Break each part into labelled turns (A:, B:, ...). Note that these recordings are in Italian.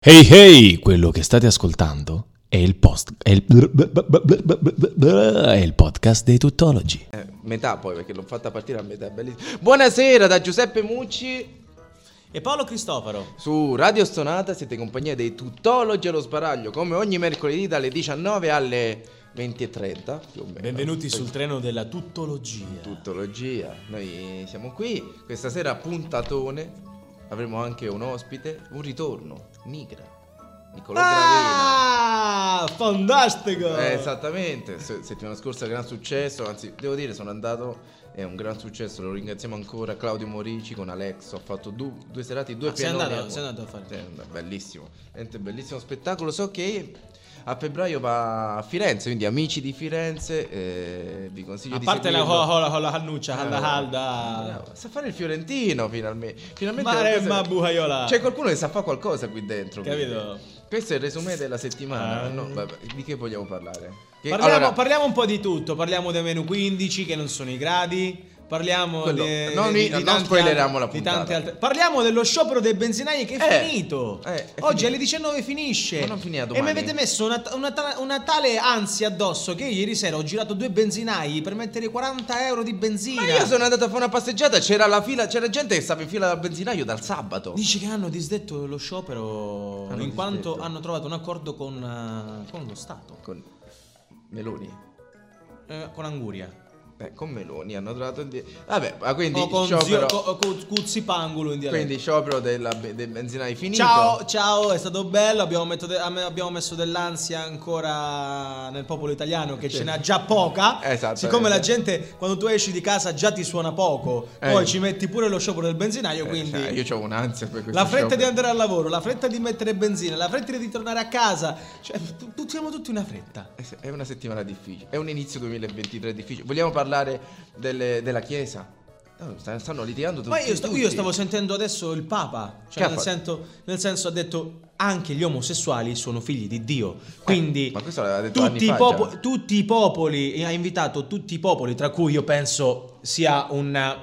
A: Hey hey, quello che state ascoltando è il, post, è il, è il podcast dei tuttologi.
B: Eh, metà poi perché l'ho fatta partire a metà, bellissimo. Buonasera da Giuseppe Mucci
C: E Paolo Cristoforo.
B: su Radio Stonata, siete in compagnia dei Tuttologi allo sbaraglio come ogni mercoledì dalle 19 alle 20.30 più o meno.
C: Benvenuti sul treno della tuttologia.
B: Tuttologia, noi siamo qui, questa sera puntatone, avremo anche un ospite, un ritorno, Nigra, Nicolò Gravina.
C: Ah, fantastico!
B: Eh, esattamente, se- settimana scorsa gran successo, anzi devo dire sono andato, è un gran successo, lo ringraziamo ancora Claudio Morici con Alex, ho fatto du- due serate, due
C: Ah, sei
B: pianoni
C: andato-
B: a-
C: sei andato a fare.
B: Sì, è andato, bellissimo, Niente, bellissimo spettacolo, so che a febbraio va a Firenze, quindi amici di Firenze, eh, vi consiglio
C: A
B: di
C: parte la
B: seguirlo.
C: hola hola cannuccia, calda calda.
B: Eh, Bravo. Sa fare il fiorentino finalmente. Finalmente
C: Mare
B: qualcosa-
C: ma bucaiola.
B: C'è qualcuno che sa fare qualcosa qui dentro. quindi.
C: Capito?
B: Questo è il resume della settimana.
C: Ah.
B: no? Vabbè, di che vogliamo parlare? Che-
C: Parliamo,
B: allora,
C: parliamo un po' di tutto, parliamo dei menu 15 che non sono i gradi, parliamo
B: Quello-
C: di,
B: non
C: di-
B: i-
C: di
B: non
C: tanti
B: spoileriamo
C: al-
B: la
C: di
B: puntata.
C: tanti altri- Parliamo dello sciopero dei benzinai che è
B: Eh,
C: finito.
B: eh, è
C: Oggi
B: finito.
C: alle 19 finisce.
B: Ma non finirà
C: e mi
B: domani?
C: avete messo una, ta- una ta- una tale ansia addosso che io ieri sera ho girato due benzinai per mettere 40 euro di benzina.
B: Ma io sono andato a fare una passeggiata, c'era la fila, c'era gente che stava in fila dal benzinaio dal sabato.
C: Dici che hanno disdetto lo sciopero
B: Hanno
C: in quanto
B: disdetto.
C: hanno trovato un accordo con, eh, con lo Stato,
B: Con Meloni.
C: eh, con Anguria.
B: Beh, con Meloni hanno trovato indie- Vabbè, ma quindi
C: o con
B: sciopero,
C: zio, co- co- Cuzzipangolo in dialetto.
B: quindi sciopero della, del benzinaio finito.
C: Ciao, ciao, è stato bello. Abbiamo, metto de- am- abbiamo messo dell'ansia ancora nel popolo italiano che
B: Sì. Esatto,
C: ce n'ha già poca.
B: Esattamente.
C: Siccome la gente quando tu esci di casa già ti suona poco,
B: Eh.
C: poi ci metti pure lo sciopero del benzinaio.
B: Eh,
C: quindi
B: cioè, io ho un'ansia per questo
C: la fretta di
B: sciopero.
C: andare al lavoro, la fretta di mettere benzina, la fretta di tornare a casa. Cioè, tu- tu- siamo tutti una fretta.
B: Eh sì, È una settimana difficile, è un inizio 2023 difficile. Vogliamo parlare delle- della Chiesa? No, sta- stanno litigando tutti.
C: Ma io, sta- io
B: tutti.
C: stavo sentendo adesso il Papa,
B: Che
C: cioè
B: ha
C: nel
B: fatto?
C: senso, nel senso ha detto anche gli omosessuali sono figli di Dio, quindi
B: Eh, ma questo l'aveva detto anni
C: tutti, i
B: fa
C: popo-
B: già.
C: tutti i popoli, e ha invitato tutti i popoli, tra cui io penso sia un,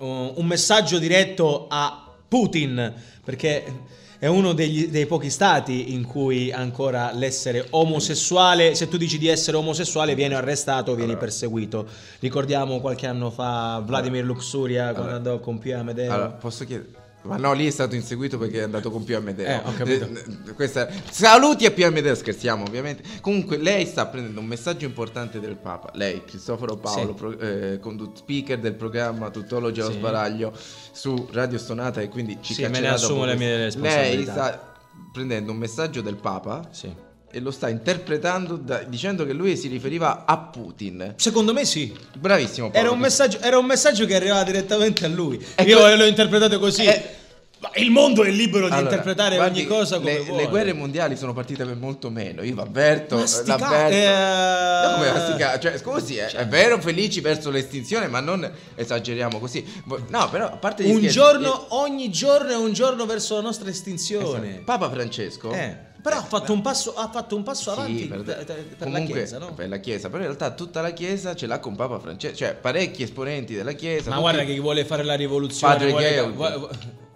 C: un- un messaggio diretto a Putin, perché è uno degli- dei pochi stati in cui ancora l'essere omosessuale, se tu dici di essere omosessuale vieni arrestato, vieni
B: Allora.
C: perseguito. Ricordiamo qualche anno fa Vladimir Luxuria quando
B: Allora.
C: andò con Pia Amedeo.
B: Allora, posso chiedere? Ma no, lì è stato inseguito perché è andato con più Amedeo.
C: Eh, ho capito.
B: Eh, eh, questa- Saluti a più Amedeo, scherziamo ovviamente. Comunque, lei sta prendendo un messaggio importante del Papa. Lei, Cristoforo Paolo,
C: Sì.
B: pro- eh, condu- speaker del programma Tuttologi allo
C: Sì.
B: sbaraglio su Radio Stonata e quindi ci
C: Sì, me ne
B: caccerà dopo
C: assumo le
B: questo.
C: mie
B: Lei
C: responsabilità.
B: sta prendendo un messaggio del Papa
C: Sì.
B: e lo sta interpretando da- dicendo che lui si riferiva a Putin.
C: Secondo me sì.
B: Bravissimo Paolo.
C: Era un, messaggio, era un messaggio che arrivava direttamente a lui.
B: E
C: Io
B: que-
C: l'ho interpretato così.
B: Eh.
C: Ma il mondo è libero di
B: Allora,
C: interpretare
B: guardi,
C: ogni cosa come
B: le,
C: vuole.
B: le guerre mondiali sono partite per molto meno. Io vi avverto,
C: Ma sti ca-
B: l'avverto.
C: eh.
B: No, come ma sti ca- cioè, scusi, è, è vero felici verso l'estinzione, ma non esageriamo così. Vo- No, però a parte gli
C: Un
B: scherzi,
C: giorno, ogni giorno è un giorno verso la nostra
B: eh,
C: estinzione.
B: esatto. Papa Francesco
C: Eh, però ha fatto un passo, ha fatto un passo
B: Sì,
C: avanti
B: per,
C: per, per la
B: comunque,
C: Chiesa, no?
B: per la Chiesa, però in realtà tutta la Chiesa ce l'ha con Papa Francesco, cioè parecchi esponenti della Chiesa.
C: Ma
B: tutti-
C: guarda che chi vuole fare la rivoluzione.
B: Padre
C: vuole-
B: Georg.
C: vuole-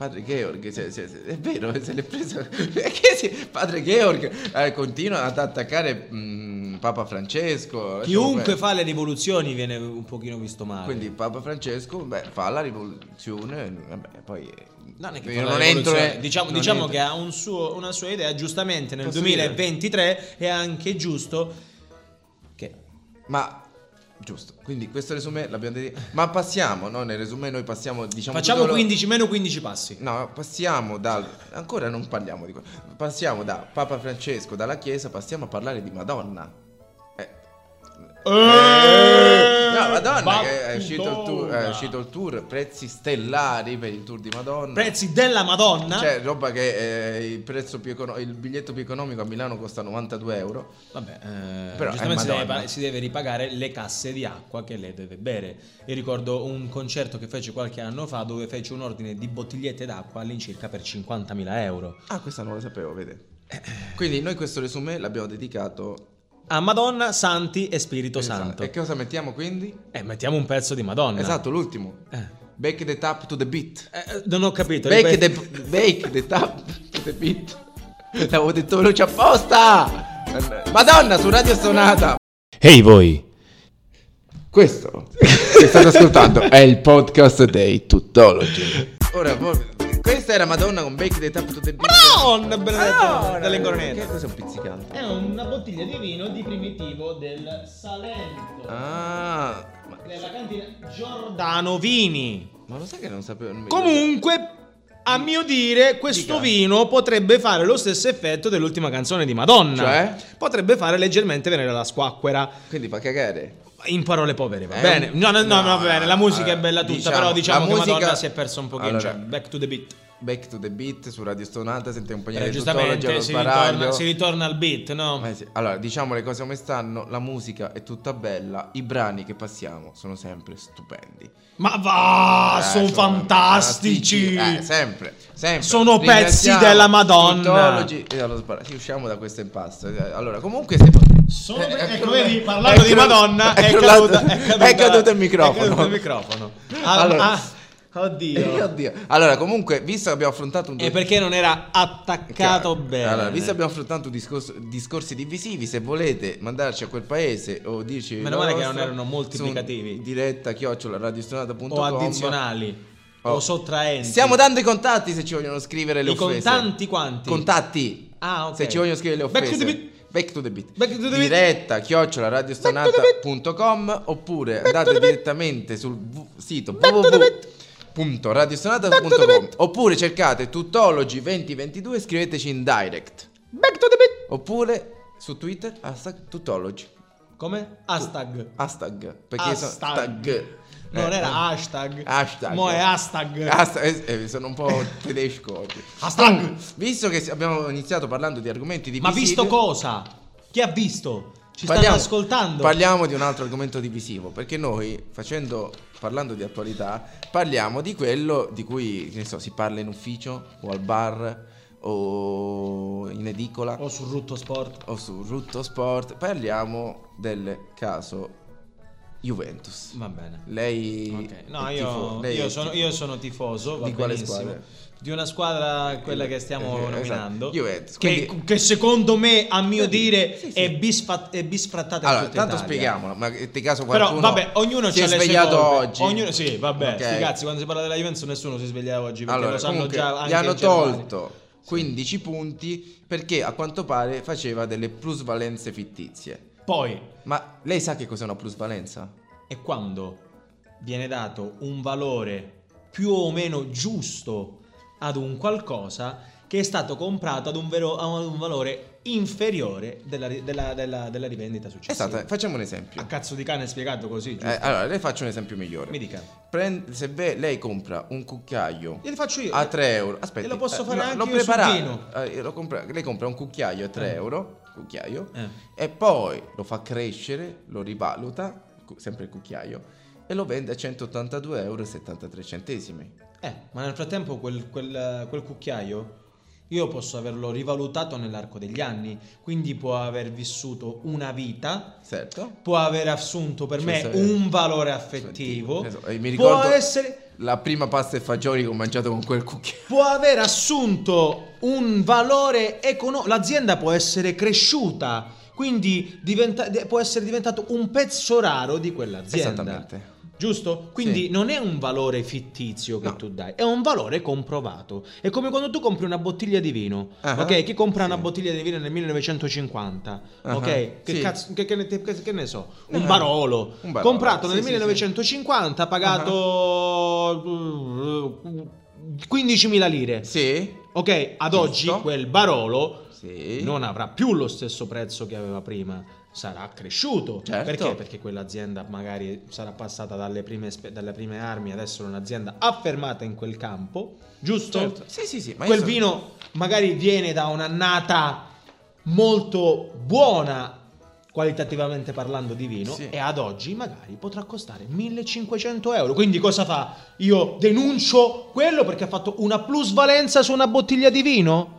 B: Padre Georg, se- se- se- è vero, se l'è preso. Che si- padre Georg eh, continua ad attaccare mm, Papa Francesco. cioè, lasciamo
C: Chiunque
B: perdere.
C: fa le rivoluzioni viene un pochino visto male.
B: Quindi Papa Francesco beh, fa la rivoluzione, vabbè, poi... eh,
C: Non è che
B: io
C: fa la
B: non entro,
C: rivoluzione,
B: eh,
C: diciamo,
B: non
C: diciamo
B: entro.
C: che ha un suo- una sua idea, giustamente nel
B: Posso
C: 2023 è anche giusto che
B: Ma... Giusto, quindi questo resume l'abbiamo detto. Ma passiamo, no? Nel resume noi passiamo, diciamo...
C: facciamo
B: tutto lo-
C: 15 meno 15 passi.
B: No, passiamo dal... Ancora non parliamo di quello. Passiamo da Papa Francesco, dalla Chiesa, passiamo a parlare di Madonna. Eh, Eh, no, Madonna, che è uscito, il tour, è uscito il tour, prezzi stellari per il tour di Madonna.
C: Prezzi della Madonna.
B: Cioè, roba che eh, il, prezzo più econo- il biglietto più economico a Milano costa 92 euro.
C: Vabbè, eh,
B: Però è
C: giustamente si deve,
B: Madonna.
C: pa- si deve ripagare le casse di acqua che lei deve bere. Io ricordo un concerto che fece qualche anno fa dove fece un ordine di bottigliette d'acqua all'incirca per 50.000 euro.
B: Ah, questa non lo sapevo, vede. Quindi noi questo resume l'abbiamo dedicato... Esatto.
C: A Madonna, Santi e Spirito Santo. Mm.
B: E cosa mettiamo quindi?
C: Eh, mettiamo un pezzo di Madonna.
B: Esatto, l'ultimo.
C: Eh.
B: Back the tap to the beat.
C: Eh, non ho capito.
B: Bake
C: ripeti.
B: the, bake the tap avete vinto. L'avevo detto veloce apposta. Madonna, su Radio Sonata.
A: Ehi voi!
B: Questo che state ascoltando è il podcast dei tuttologi. Ora, voi- questa era Madonna con Bake the Tap to the
C: Madonna, benedetto, dalle ingoronete.
B: Che cosa un pizzicante?
C: È una bottiglia di vino di primitivo del Salento.
B: Ah, ma,
C: Della cantina Giordano Vini.
B: ma lo sai che non sapevo. non mi-
C: Comunque, a mio dire, questo
B: Dica.
C: vino potrebbe fare lo stesso effetto dell'ultima canzone di Madonna.
B: Cioè?
C: Potrebbe fare leggermente venire la squacquera.
B: Quindi fa cagare.
C: In parole povere, va
B: Eh,
C: bene. No, no, no,
B: no,
C: va bene. La musica è bella tutta,
B: diciamo,
C: però diciamo
B: la
C: che
B: musica-
C: Madonna si è persa un pochino.
B: Allora-
C: cioè, back to the beat.
B: Back to the beat su Radio Stonata, sente un
C: Eh,
B: pagnere di tuttologi
C: giustamente
B: allo
C: si
B: sbaraglio.
C: ritorna, si ritorna al beat, no?
B: Eh sì, Allora, diciamo le cose come stanno, la musica è tutta bella, i brani che passiamo sono sempre stupendi.
C: Ma va,
B: Eh,
C: sono Ah, fantastici.
B: Eh, sempre, sempre.
C: Sono pezzi
B: Ringraziamo
C: della Madonna.
B: tuttologi e allo sbaraglio. Sì, usciamo da questo impasto. Eh, Allora, comunque se...
C: Sono-
B: Eh,
C: ecco,
B: cro-
C: vedi, parlando
B: è
C: di
B: cro-
C: Madonna, è,
B: crollato-
C: caduta, è, caduta,
B: è caduto il microfono.
C: È caduto il microfono. Ah,
B: Allora-
C: ah, oddio.
B: Eh, oddio. Allora, comunque, visto che abbiamo affrontato un
C: E perché non era attaccato bene?
B: Allora, visto che abbiamo affrontato un discorso- discorsi divisivi, se volete mandarci a quel paese o dirci
C: Meno
B: la
C: male che non
B: vostra,
C: erano moltiplicativi.
B: su diretta chiocciola radiostonata.com
C: o addizionali
B: Oh.
C: o sottraenti.
B: Stiamo dando i contatti se ci vogliono scrivere le
C: i
B: offese.
C: contanti quanti?
B: Contatti.
C: Ah, ok.
B: Se ci vogliono scrivere le
C: Back
B: offese.
C: to the beat.
B: Back to the beat.
C: Back to the beat.
B: diretta chiocciola radiostonata.com oppure
C: Back to
B: andate
C: the beat.
B: direttamente sul v- sito
C: Back to the beat. Back to the
B: www.radiostonata.com
C: beat.
B: oppure cercate tutology 2022 e scriveteci in direct.
C: Back to the beat.
B: Oppure su Twitter hashtag tutology.
C: Come? Hashtag.
B: Hashtag. Perché sono
C: Hashtag.
B: tag.
C: Non
B: Eh,
C: era
B: eh.
C: hashtag.
B: Hashtag.
C: Mo è hashtag.
B: Hashtag, eh, eh, sono un po' tedesco oggi. Mm,
C: Hashtag.
B: Visto che si- abbiamo iniziato parlando di argomenti divisivi
C: Ma visto cosa? Chi ha visto? Ci
B: parliamo-
C: stanno ascoltando.
B: Parliamo di un altro argomento divisivo, perché noi facendo parlando di attualità, parliamo di quello di cui che ne so, si parla in ufficio o al bar o in edicola
C: o sul Rutto Sport.
B: o su Rutto Sport, parliamo del caso Juventus.
C: Va bene.
B: Lei
C: Ok, No,
B: è
C: io,
B: tifo- lei
C: io
B: è
C: sono,
B: tifo-
C: io sono tifoso. Va
B: Di quale
C: benissimo.
B: squadra?
C: Di una squadra, quella che stiamo
B: Eh, esatto.
C: nominando.
B: Juventus,
C: Che,
B: quindi-
C: che secondo me, a mio
B: Sì,
C: dire,
B: sì, sì.
C: È, bisfat- è bisfrattata
B: Allora,
C: in tutta
B: tanto
C: Italia.
B: spieghiamolo, ma in te caso
C: Però
B: qualcuno
C: vabbè, ognuno
B: si è
C: c'ha le sue
B: svegliato
C: colpe.
B: oggi.
C: Ognuno, sì, vabbè,
B: Ok.
C: sti cazzi, quando si parla della Juventus nessuno si sveglia oggi perché
B: Allora,
C: lo sanno
B: comunque,
C: già anche
B: gli hanno
C: in Germania.
B: tolto 15 punti perché a quanto pare faceva delle plusvalenze fittizie.
C: Poi,
B: Ma lei sa che cos'è una plusvalenza?
C: è quando viene dato un valore più o meno giusto ad un qualcosa che è stato comprato ad un, vero- ad un valore inferiore della, ri- della- della- della rivendita successiva.
B: Esatto, eh, facciamo un esempio.
C: A cazzo di cane spiegato così, Cioè, Ah, giusto?
B: Eh, allora, le faccio un esempio migliore.
C: Mi dica.
B: Prend- se ve- lei compra un cucchiaio
C: Glieli faccio io.
B: a 3 euro, aspetta,
C: E lo posso fare anche
B: l'ho
C: io sul
B: preparato.
C: vino.
B: Eh, io l'ho compra- lei compra un cucchiaio a 3 euro, cucchiaio,
C: Eh.
B: e poi lo fa crescere, lo rivaluta, cu- sempre il cucchiaio, e lo vende a 182,73 euro.
C: Eh, ma nel frattempo quel, quel- quel cucchiaio io posso averlo rivalutato nell'arco degli anni, quindi può aver vissuto una vita
B: Certo.
C: può aver assunto per
B: Cioè,
C: me
B: se-
C: un valore affettivo,
B: Esatto, e mi
C: può,
B: ricordo-
C: essere-
B: La prima pasta e fagioli che ho mangiato con quel cucchiaio.
C: può aver assunto un valore economico, l'azienda può essere cresciuta, quindi diventa- de- può essere diventato un pezzo raro di quell'azienda.
B: Esattamente.
C: Giusto? Quindi
B: Sì.
C: non è un valore fittizio che
B: No.
C: tu dai, è un valore comprovato. È come quando tu compri una bottiglia di vino.
B: Ah,
C: ok, chi compra
B: sì.
C: una bottiglia di vino nel 1950?
B: Ah,
C: ok, che,
B: sì.
C: cazzo, che, che ne, che- che ne so? Un
B: Ah,
C: Barolo,
B: un Barolo,
C: comprato
B: sì,
C: nel
B: sì, sì.
C: 1950, pagato eh, 15.000 lire.
B: Sì.
C: Ok, ad
B: Giusto.
C: oggi quel Barolo
B: Sì.
C: non avrà più lo stesso prezzo che aveva prima, sarà cresciuto.
B: Certo.
C: Perché? Perché quell'azienda magari sarà passata dalle prime, spe- dalle prime armi, adesso è un'azienda affermata in quel campo, giusto?
B: Certo. Sì, sì, sì. Ma io
C: Quel
B: sono-
C: vino magari viene da un'annata molto buona qualitativamente parlando di vino
B: Sì.
C: e ad oggi magari potrà costare 1500 euro quindi cosa fa? io denuncio quello perché ha fatto una plusvalenza su una bottiglia di vino?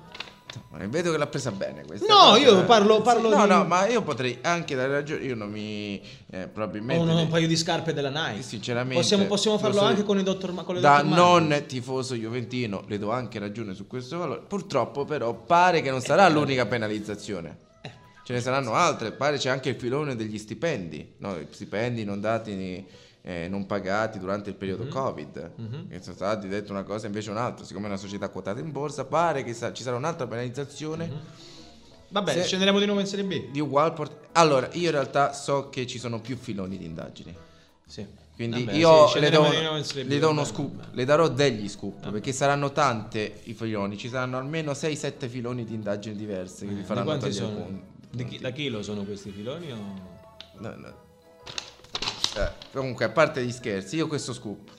B: Ma Vedo che l'ha presa bene questa.
C: No,
B: cosa. eh.
C: io parlo- parlo
B: no,
C: di-
B: no, ma io potrei anche dare ragione. Io non mi. eh,
C: Ho
B: probabilmente.
C: un, un paio di scarpe della Nike.
B: Sinceramente,
C: Possiamo, possiamo
B: lo
C: farlo
B: so-
C: anche con i Dr. Ma- con le
B: da
C: Dr. Martens.
B: non tifoso juventino le do anche ragione su questo valore. Purtroppo, però, pare che
C: Eh,
B: non sarà l'unica penalizzazione. Ce ne saranno altre. Pare c'è anche il filone degli stipendi, no? I stipendi non dati, eh, non pagati durante il periodo Covid.
C: Mhm.
B: Che sono stati detto una cosa e invece un'altra. Siccome è una società quotata in borsa, pare che sa- ci sarà un'altra penalizzazione.
C: Mm-hmm. Vabbè,
B: Se-
C: scenderemo di nuovo in Serie B.
B: Di Walport. Allora, io in realtà so che ci sono più filoni di indagini.
C: Sì.
B: Quindi
C: Vabbè,
B: io
C: sì,
B: le,
C: scenderemo
B: do,
C: di nuovo in Serie B,
B: le do uno
C: vabbè,
B: scoop,
C: vabbè.
B: le darò degli scoop perché saranno tante i filoni, ci saranno almeno 6-7 filoni di indagini diverse che vi
C: Eh, Di
B: faranno
C: quanti
B: togliere
C: sono?
B: punti.
C: Di chi- da chilo sono questi filoni o...
B: No, no. Eh, comunque, a parte gli scherzi, io questo scoop.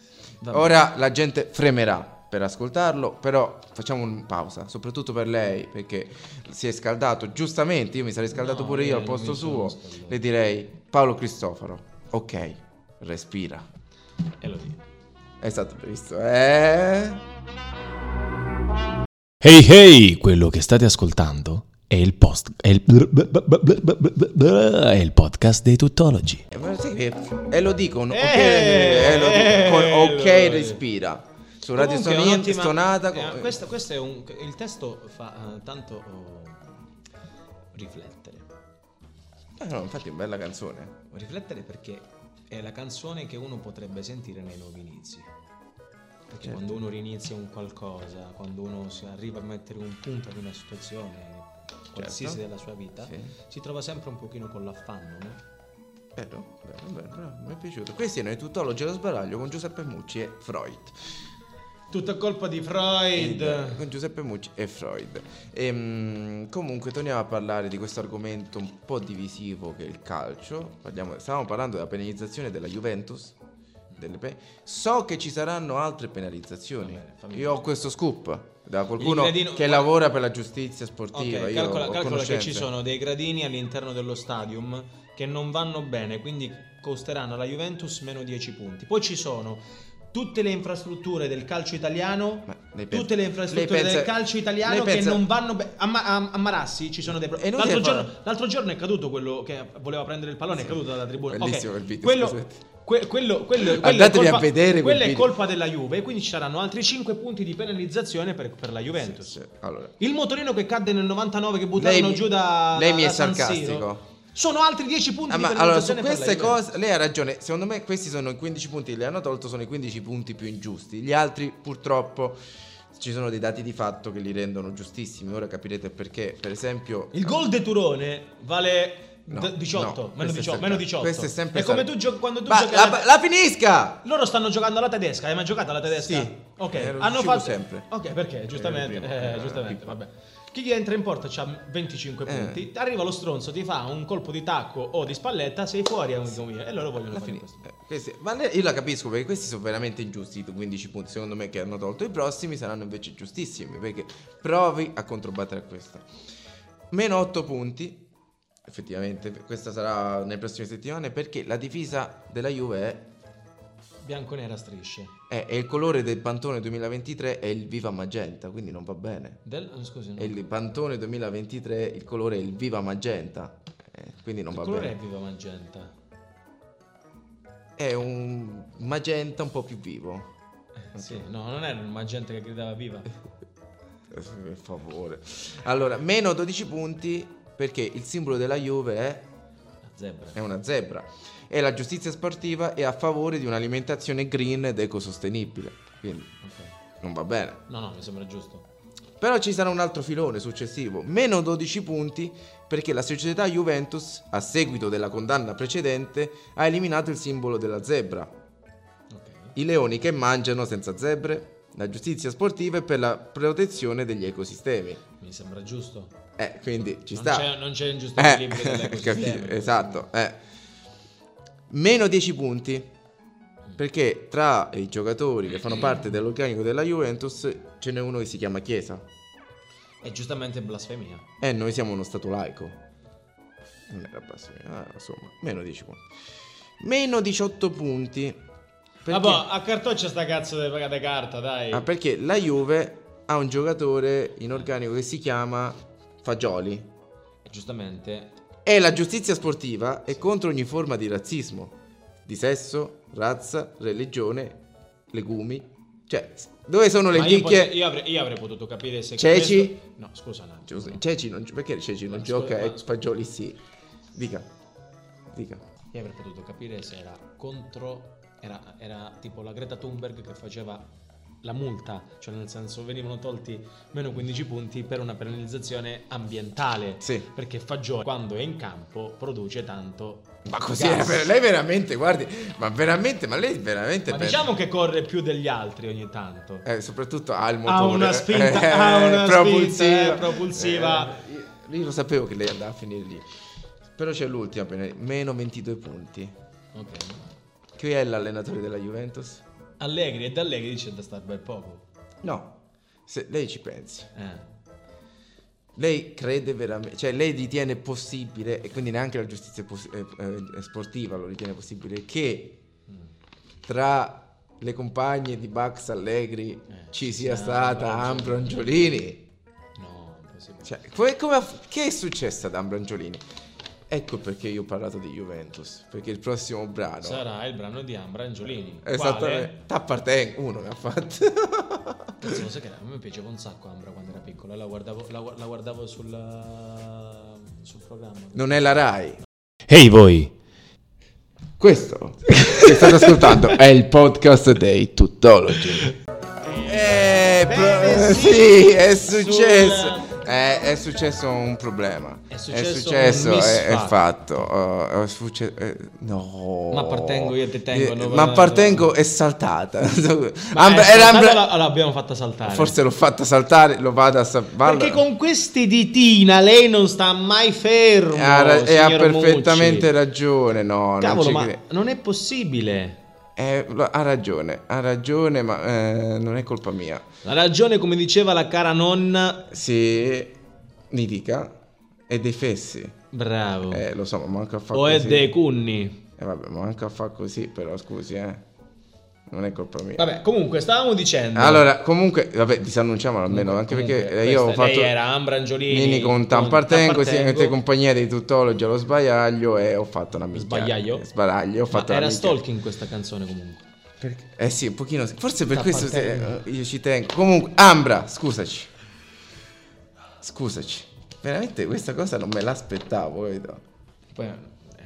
C: Vabbè.
B: Ora la gente fremerà per ascoltarlo, però facciamo una pausa, soprattutto per lei, perché si è scaldato giustamente, io mi sarei scaldato
C: No,
B: pure io
C: io
B: al
C: non
B: posto
C: mi sono
B: suo,
C: scaldato.
B: le direi Paolo Cristoforo, ok, respira.
C: E lo dico.
B: È stato previsto, eh?
A: Hey hey, quello che state ascoltando è il post è il, è il podcast dei tuttologi.
B: Eh, ma sai che- E lo dicono, ok,
C: Eh,
B: eh, lo dico con
C: eh,
B: ok,
C: lo-
B: respira. Su Radio
C: Comunque,
B: Sonin-
C: un'ottima-
B: Stonata,
C: eh,
B: con-
C: questo, questo è un, il testo fa eh, tanto oh, riflettere.
B: Eh, no, infatti è una bella canzone.
C: Riflettere perché è la canzone che uno potrebbe sentire nei nuovi inizi. Perché
B: Certo.
C: quando uno rinizia un qualcosa, quando uno si arriva a mettere un punto ad una situazione, qualsiasi della sua vita,
B: Certo. Sì.
C: si trova sempre un pochino con l'affanno, no?
B: Bello, bello, bello, bravo, mi è piaciuto. Questi erano i tutologi allo sbaraglio con Giuseppe Mucci e Freud.
C: Tutta colpa di Freud.
B: Con Giuseppe Mucci e Freud. Ehm, comunque torniamo a parlare di questo argomento un po' divisivo che è il calcio. Parliamo, stavamo parlando della penalizzazione della Juventus. delle pe- so che ci saranno altre penalizzazioni.
C: Va bene, fammi
B: Io ho questo scoop da qualcuno
C: gradino-
B: che
C: guarda-
B: lavora per la giustizia sportiva.
C: Ok,
B: Io
C: calcola,
B: ho
C: calcola che ci
B: conoscenze.
C: sono dei gradini all'interno dello stadium che non vanno bene, quindi costeranno alla Juventus meno 10 punti. Poi ci sono tutte le infrastrutture del calcio italiano,
B: Ma lei pensa-
C: tutte le infrastrutture
B: lei pensa-
C: del calcio
B: lei
C: italiano
B: pensa-
C: che non vanno bene. A, Ma- a- a Marassi ci sono dei
B: È
C: problemi.
B: inutile
C: L'altro,
B: fare-
C: giorno- l'altro giorno è caduto quello che voleva prendere il pallone, è caduto dalla tribuna.
B: Bellissimo
C: Ok,
B: quel video,
C: quello-
B: scusate.
C: que- quello- quello- quello è
B: Andatevi a
C: colpa-
B: vedere quel
C: quella è
B: video.
C: colpa della Juve, quindi ci saranno altri 5 punti di penalizzazione per, per la Juventus.
B: Sì, sì. Allora,
C: Il motorino che cadde nel 99 che buttarono
B: Lei mi-
C: giù da
B: lei
C: da-
B: mi è
C: da San Siro.
B: sarcastico.
C: Sono altri 10 punti
B: Ah,
C: di
B: ma allora su
C: penalizzazione per la
B: queste
C: Juventus.
B: cose lei ha ragione. Secondo me questi sono i 15 punti che le hanno tolto, sono i 15 punti più ingiusti. Gli altri purtroppo ci sono dei dati di fatto che li rendono giustissimi. Ora capirete perché. Per esempio
C: Il gol de Turone vale d-
B: no,
C: 18,
B: no,
C: meno,
B: questo è
C: 18
B: sempre-
C: meno 18.
B: Questo è sempre
C: come
B: stato-
C: tu giochi quando tu
B: Ma
C: giochi
B: la,
C: alla-
B: la finisca!
C: Loro stanno giocando alla tedesca, hai mai giocato alla tedesca?
B: Sì. Eh,
C: Ok,
B: Ero
C: hanno
B: uscivo
C: fatto
B: sempre.
C: Ok, perché giustamente,
B: Ero il primo.
C: eh, giustamente,
B: Eh,
C: vabbè. Chi entra in porta ha 25
B: Eh.
C: punti, arriva lo stronzo, ti fa un colpo di tacco o di spalletta, sei fuori amico mio. E loro vogliono
B: La
C: fare
B: fini-
C: questo.
B: eh, questi- ma le- io la capisco perché questi sono veramente ingiusti. i 15 punti, secondo me, che hanno tolto. I prossimi saranno invece giustissimi perché provi a controbattere a questa. Meno 8 punti. Effettivamente, questa sarà nelle prossime settimane perché la difesa della Juve è
C: Bianco-nera strisce.
B: Eh, e il colore del pantone 2023 è il viva magenta, quindi non va bene.
C: Del... oh, Scusi, no.
B: E il pantone 2023, il colore è il viva magenta, eh, quindi non
C: Il
B: va
C: colore
B: bene.
C: è viva magenta.
B: È un magenta un po' più vivo.
C: Sì, no, non era un magenta che gridava viva.
B: Eh, Per favore. Allora, meno 12 punti perché il simbolo della Juve è,
C: La zebra.
B: è una zebra. E la giustizia sportiva è a favore di un'alimentazione green ed ecosostenibile. Quindi
C: Ok.
B: non va bene.
C: No, no, mi sembra giusto.
B: Però ci sarà un altro filone successivo, meno 12 punti perché la società Juventus, a seguito della condanna precedente, ha eliminato il simbolo della zebra.
C: Ok.
B: I leoni che mangiano senza zebre, la giustizia sportiva e per la protezione degli ecosistemi.
C: Mi sembra giusto.
B: Eh, quindi ci
C: non,
B: sta.
C: C'è, non c'è un giusto
B: Eh,
C: equilibrio dell'ecosistema.
B: capito, esatto. eh. Meno 10 punti. Perché tra i giocatori che fanno parte dell'organico della Juventus ce n'è uno che si chiama Chiesa.
C: E giustamente blasfemia.
B: Eh, noi siamo uno stato laico. Non era blasfemia, eh, insomma, meno 10 punti. Meno 18 punti. Perché,
C: Ah, boh, Vabbè, a cartoccia sta cazzo di pagata carta, dai.
B: Ah, perché la Juve ha un giocatore in organico che si chiama Fagioli.
C: Giustamente.
B: E la giustizia sportiva è contro ogni forma di razzismo, di sesso, razza, religione, legumi. Cioè, s- dove sono le
C: Ma io,
B: picchie?
C: pote- io avrei, io avrei potuto capire se...
B: Ceci?
C: questo- No, scusa un attimo.
B: Giusto. Ceci non, gio- perché Ceci non
C: Ma
B: gioca
C: scusa,
B: e
C: ma-
B: Fagioli sì? Dica, dica.
C: Io avrei potuto capire se era contro... Era, era tipo la Greta Thunberg che faceva la multa, cioè nel senso venivano tolti meno 15 punti per una penalizzazione ambientale.
B: Sì.
C: Perché Fagioli quando è in campo produce tanto...
B: Ma così
C: gas.
B: era ver- lei veramente, guardi, ma veramente, ma lei veramente
C: Ma
B: per-
C: diciamo che corre più degli altri ogni tanto.
B: eh, soprattutto ha il motore
C: Ha una spinta,
B: eh,
C: ha una spinta, eh, propulsiva.
B: Eh, io, io lo sapevo che lei andava a finire lì. Però c'è l'ultima pena- meno 22 punti.
C: Ok.
B: Chi è l'allenatore della Juventus?
C: Allegri e D'Allegri c'è da star bel poco.
B: No. Se lei ci pensi.
C: Eh.
B: Lei crede veramente, cioè lei ritiene possibile, e quindi neanche la giustizia poss- eh, eh, sportiva lo ritiene possibile, che tra le compagne di Bax Allegri
C: Eh,
B: ci
C: ci
B: sia
C: sia
B: stata
C: Ambra
B: Ambra Angiolini.
C: No, impossibile.
B: Cioè, come- come ha- che è successo ad Ambra Angiolini? Ecco perché io ho parlato di Juventus, perché il prossimo brano...
C: Sarà il brano di Ambra Angiolini.
B: Esattamente. T'appartengo, uno ne ha fatto.
C: Quale? Cazzo, lo sai che a me piaceva un sacco Ambra quando era piccola. La guardavo, la, gu- la guardavo sulla- sul programma.
B: non è la RAI.
A: Ehi voi!
B: Questo che state ascoltando è il podcast dei Tuttologi. Eh, pro-
D: Bene, sì.
B: sì, è successo.
C: Sulla-
B: Eh, è successo un problema.
C: È successo
B: successo,
C: un
B: è, è
C: misfatto.
B: fatto. eh, è succe- eh, no.
C: Ma appartengo io e te tengo,
B: Eh,
C: no,
B: ma
C: no,
B: appartengo è saltata.
C: Ma
B: Ambra-
C: è
B: era
C: saltata
B: Ambra-
C: o la- o l'abbiamo fatta saltare.
B: Forse l'ho fatta saltare, lo vado a salvare.
C: Perché con queste ditina lei non sta mai fermo.
B: E ha, e ha
C: signor
B: Ah, perfettamente
C: Mucci.
B: ragione, no, non
C: Cavolo,
B: ci
C: ma
B: cre-
C: non è possibile.
B: Eh, lo- ha ragione, ha ragione, ma eh, non è colpa mia.
C: La ragione, come diceva la cara nonna,
B: Se mi dica, è dei fessi.
C: bravo.
B: Eh, lo so, ma manca a fa
C: o
B: così.
C: è dei cunni.
B: Eh, vabbè, ma manca a fa così, però scusi, eh. Non è colpa mia.
C: Vabbè, comunque, stavamo diciendo.
B: Allora, comunque, vabbè, disannunciamolo almeno, anche
C: Ah, Comunque,
B: perché eh, io ho
C: questa-
B: fatto...
C: Lei era Ambra Angiolini.
B: Mini con Tampartengo, siete compagnia dei tutologi allo sbagliaglio e ho fatto una minchia.
C: Sbagliaio?
B: Sbaraglio, ho
C: Ma
B: fatto una
C: era
B: minchia.
C: stalking questa canzone comunque.
B: Eh sì, un pochino. sì. Forse per
C: Sta
B: questo se- eh,
C: partendo.
B: io ci tengo. Comunque, Ambra, scusaci. Scusaci. Veramente questa cosa non me l'aspettavo, capito?
C: Poi è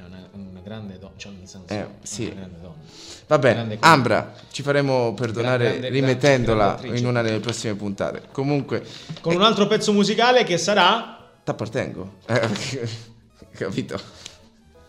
C: una, una grande donna, cioè nel senso,
B: Eh,
C: è una
B: sì.
C: grande donna.
B: Va bene,
C: Grande cosa.
B: Ambra, ci faremo perdonare
C: Grande, grande,
B: rimettendola
C: grande attrice.
B: in una delle prossime puntate. Comunque,
D: Con un altro pezzo musicale che sarà...
B: t'appartengo. Eh, capito?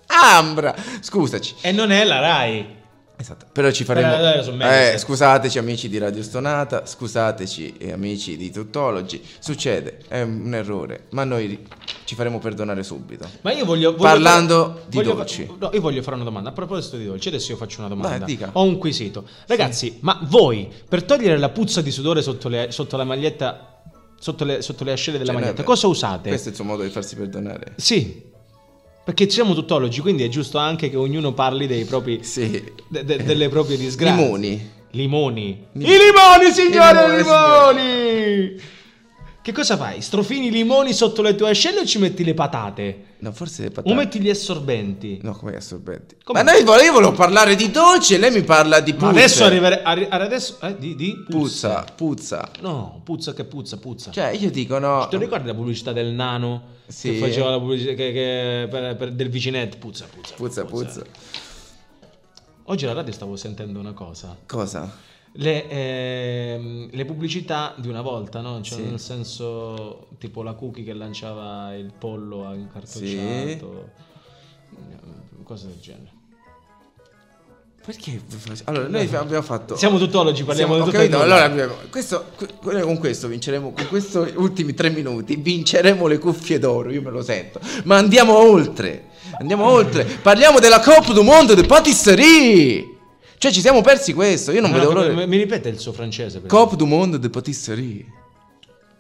B: Ambra, scusaci.
D: E non è la Rai.
B: Esatto, però ci faremo...
C: Però, dai, sono meglio,
B: Eh,
C: sì.
B: scusateci amici di Radio Stonata, scusateci eh, amici di Tuttologi, succede, è un errore, ma noi ri- ci faremo perdonare subito.
C: Ma io voglio... voglio
B: Parlando di
C: voglio-
B: dolci.
C: no, io voglio fare una domanda. A proposito di dolci, adesso io faccio una domanda.
B: Vai, dica.
C: Ho un quesito. Ragazzi, ma voi, per togliere la puzza di sudore sotto, le- sotto la maglietta, sotto le, sotto le ascelle della
B: Cioè,
C: maglietta,
B: noi-
C: cosa usate?
B: Questo è il suo modo di farsi perdonare.
C: Sì, perché siamo tuttologi, quindi è giusto anche che ognuno parli dei propri...
B: Sì.
C: de- de- delle proprie disgrazie.
B: Limoni.
C: Limoni.
B: Lim-
C: I limoni, signore,
B: I
C: i
B: limoni,
C: limoni! Che cosa fai? Strofini i limoni sotto le tue ascelle o ci metti le patate?
B: No, forse le
C: O
B: patate.
C: metti gli assorbenti?
B: No, come gli assorbenti.
C: Come?
B: Ma noi vo- io volevo parlare di dolce e lei mi parla di puzza.
C: Ma adesso arrivare... arri- adesso... eh, di, di?
B: Puzza, puzza.
C: No, puzza che puzza, puzza.
B: Cioè, io dico no...
C: Ti ricordi la pubblicità del nano?
B: Sì.
C: Che faceva la pubblicità che- che- per- per- del vicinetto? Puzza, puzza,
B: Puzza, puzza.
C: Oggi alla radio stavo sentendo una cosa.
B: Cosa?
C: Le, ehm, le pubblicità di una volta, no? Cioè,
B: Sì.
C: nel senso, tipo la cookie che lanciava il pollo a incartocciato, cose del genere.
B: Perché? Allora, noi abbiamo fatto...
C: Siamo tuttologi, parliamo
B: Siamo-
C: di
B: ho
C: tutto. e
B: capito,
C: nulla.
B: allora abbiamo- questo, que- noi con questo vinceremo con questi ultimi tre minuti vinceremo le cuffie d'oro io me lo sento ma andiamo oltre andiamo oltre parliamo della Coppa du Mondo de Patisserie cioè ci siamo persi questo io non
C: No,
B: vedo
C: no,
B: l'ora
C: mi, mi ripete il suo francese? per
B: Coppa du Mondo de Patisserie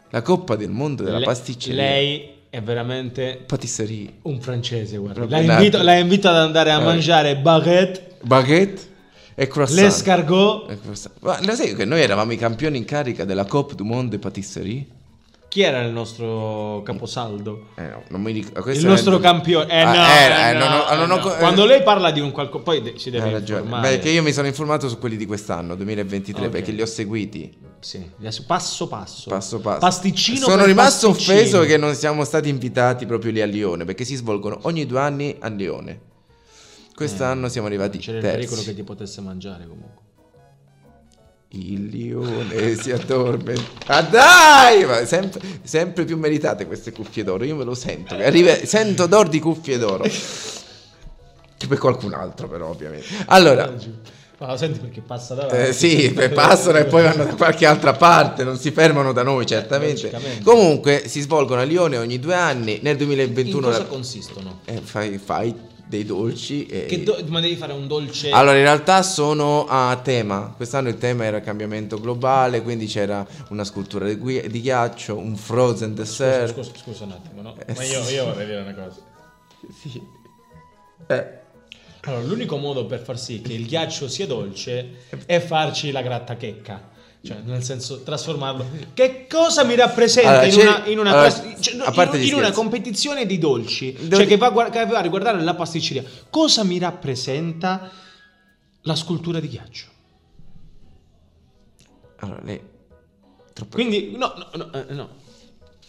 B: la Coppa del Mondo
C: favore?
B: della
C: Le-
B: pasticceria
C: Lei è veramente
B: Patisserie
C: un francese, guarda.
B: Proprio
C: La
B: nato.
C: invito, la invito ad andare a
B: Eh.
C: mangiare baguette
B: baguette e croissant.
D: L'escargot.
B: E croissant. Ma lo sai che noi eravamo i campioni in carica della Coupe du Monde de Patisserie?
C: Chi era il nostro caposaldo?
B: Eh no, non mi ricordo.
C: Il nostro campione. Eh,
B: Ah,
C: no,
B: era,
C: eh,
B: eh, non ho-
C: no,
B: non ho
C: no.
B: co- eh.
C: Quando lei parla di un qualcosa, poi de- ci deve
B: Hai ragione.
C: informare.
B: Perché io mi sono informato su quelli di quest'anno, 2023,
C: Ok.
B: perché li ho seguiti
C: Sì, adesso passo passo.
B: passo passo.
C: Pasticcino
B: Sono
C: per
B: rimasto
C: pasticcino.
B: offeso che non siamo stati invitati proprio lì a Lione, perché si svolgono ogni due anni a Lione. Quest'anno siamo arrivati
C: Eh, C'era il pericolo
B: terzi.
C: che ti potesse mangiare comunque.
B: Il Lione si addormenta. Ah dai! Ma sempre, sempre più meritate queste cuffie d'oro, io me lo sento. che arriva- sento d'oro di cuffie d'oro. Che per qualcun altro però, ovviamente. Allora,
C: Ma lo senti perché passa davanti.
B: Eh, sì, beh, passano e poi vanno da qualche altra parte, non si fermano da noi certamente.
C: Logicamente.
B: Comunque si svolgono a Lione ogni due anni, nel
C: In
B: 2021
C: cosa
B: la-
C: consistono?
B: eh, fai, fai dei dolci. e-
C: Che do- ma devi fare un dolce.
B: Eh. Allora in realtà sono a tema, quest'anno il tema era cambiamento globale, quindi c'era una scultura di, ghi- di ghiaccio, un frozen
C: scusa,
B: dessert.
C: scusa, scusa un attimo, no?
B: Eh,
C: Ma io,
B: sì.
C: io vorrei dire una cosa.
B: Sì. Eh,
C: Allora, l'unico modo per far sì che il ghiaccio sia dolce è farci la grattachecca. Cioè, nel senso, trasformarlo. Che cosa mi rappresenta
B: Allora,
C: in,
B: c'è-
C: una, in una
B: allora,
C: tras- cioè, no,
B: a parte
C: in-
B: gli
C: in una
B: scherzi.
C: competizione di dolci?
B: Devo
C: cioè,
B: di-
C: che va, a guard- che va a riguardare la pasticceria. Cosa mi rappresenta la scultura di ghiaccio?
B: Allora, lei... troppo-
C: Quindi, no, no, no, eh, no.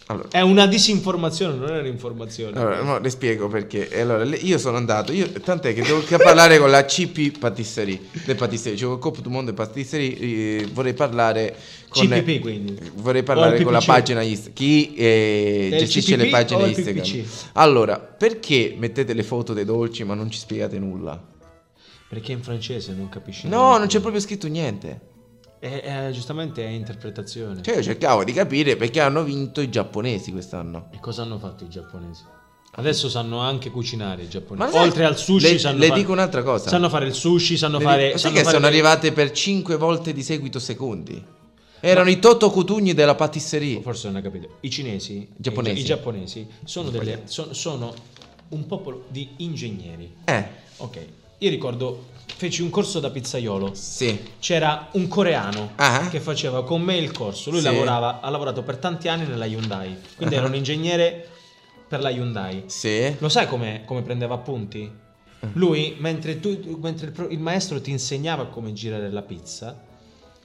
B: allora,
C: È una disinformazione, non è un'informazione.
B: Allora, mo le spiego perché. E Allora, le- io sono andato, io, tant'è che devo che parlare con la CP Patisserie, del patisserie, cioè con Cop du Monde Patisserie, eh, vorrei parlare con...
C: CPP, quindi.
B: Vorrei
C: O
B: parlare
C: il
B: con la
C: PPC.
B: pagina Instagram. Chi eh,
C: È il
B: gestisce
C: CPP
B: le pagine
C: o il
B: Instagram?
C: PPC?
B: Allora, perché mettete le foto dei dolci ma non ci spiegate nulla?
C: Perché in francese non capisci
B: No, non
C: niente.
B: c'è proprio scritto niente.
C: È- è- giustamente è interpretazione.
B: Cioè, io cercavo di capire perché hanno vinto i giapponesi quest'anno.
C: E cosa hanno fatto i giapponesi? Adesso sanno anche cucinare i
B: Ma
C: giapponesi.
B: sai-
C: Oltre al sushi
B: le,
C: sanno
B: le
C: fare-
B: dico un'altra cosa.
C: Sanno fare il sushi, sanno
B: Devi-
C: fare...
B: sai
C: sanno
B: che
C: fare
B: sono
C: delle-
B: arrivate per 5 volte di seguito secondi? Erano i Toto Cutugni della patisserie.
C: Forse non hai capito. I cinesi, i
B: Giapponesi.
C: gia- i giapponesi, sono,
B: Sbagliato.
C: delle- son- sono un popolo di ingegneri.
B: Eh,
C: Ok, io ricordo, feci un corso da pizzaiolo.
B: sì.
C: C'era un coreano
B: Ah.
C: che faceva con me il corso. Lui
B: Sì.
C: lavorava, ha lavorato per tanti anni nella Hyundai. Quindi
B: Ah.
C: era un ingegnere per la Hyundai.
B: Sì.
C: Lo sai come, come prendeva appunti? Lui, mentre, tu- mentre il, pro- il maestro ti insegnava come girare la pizza,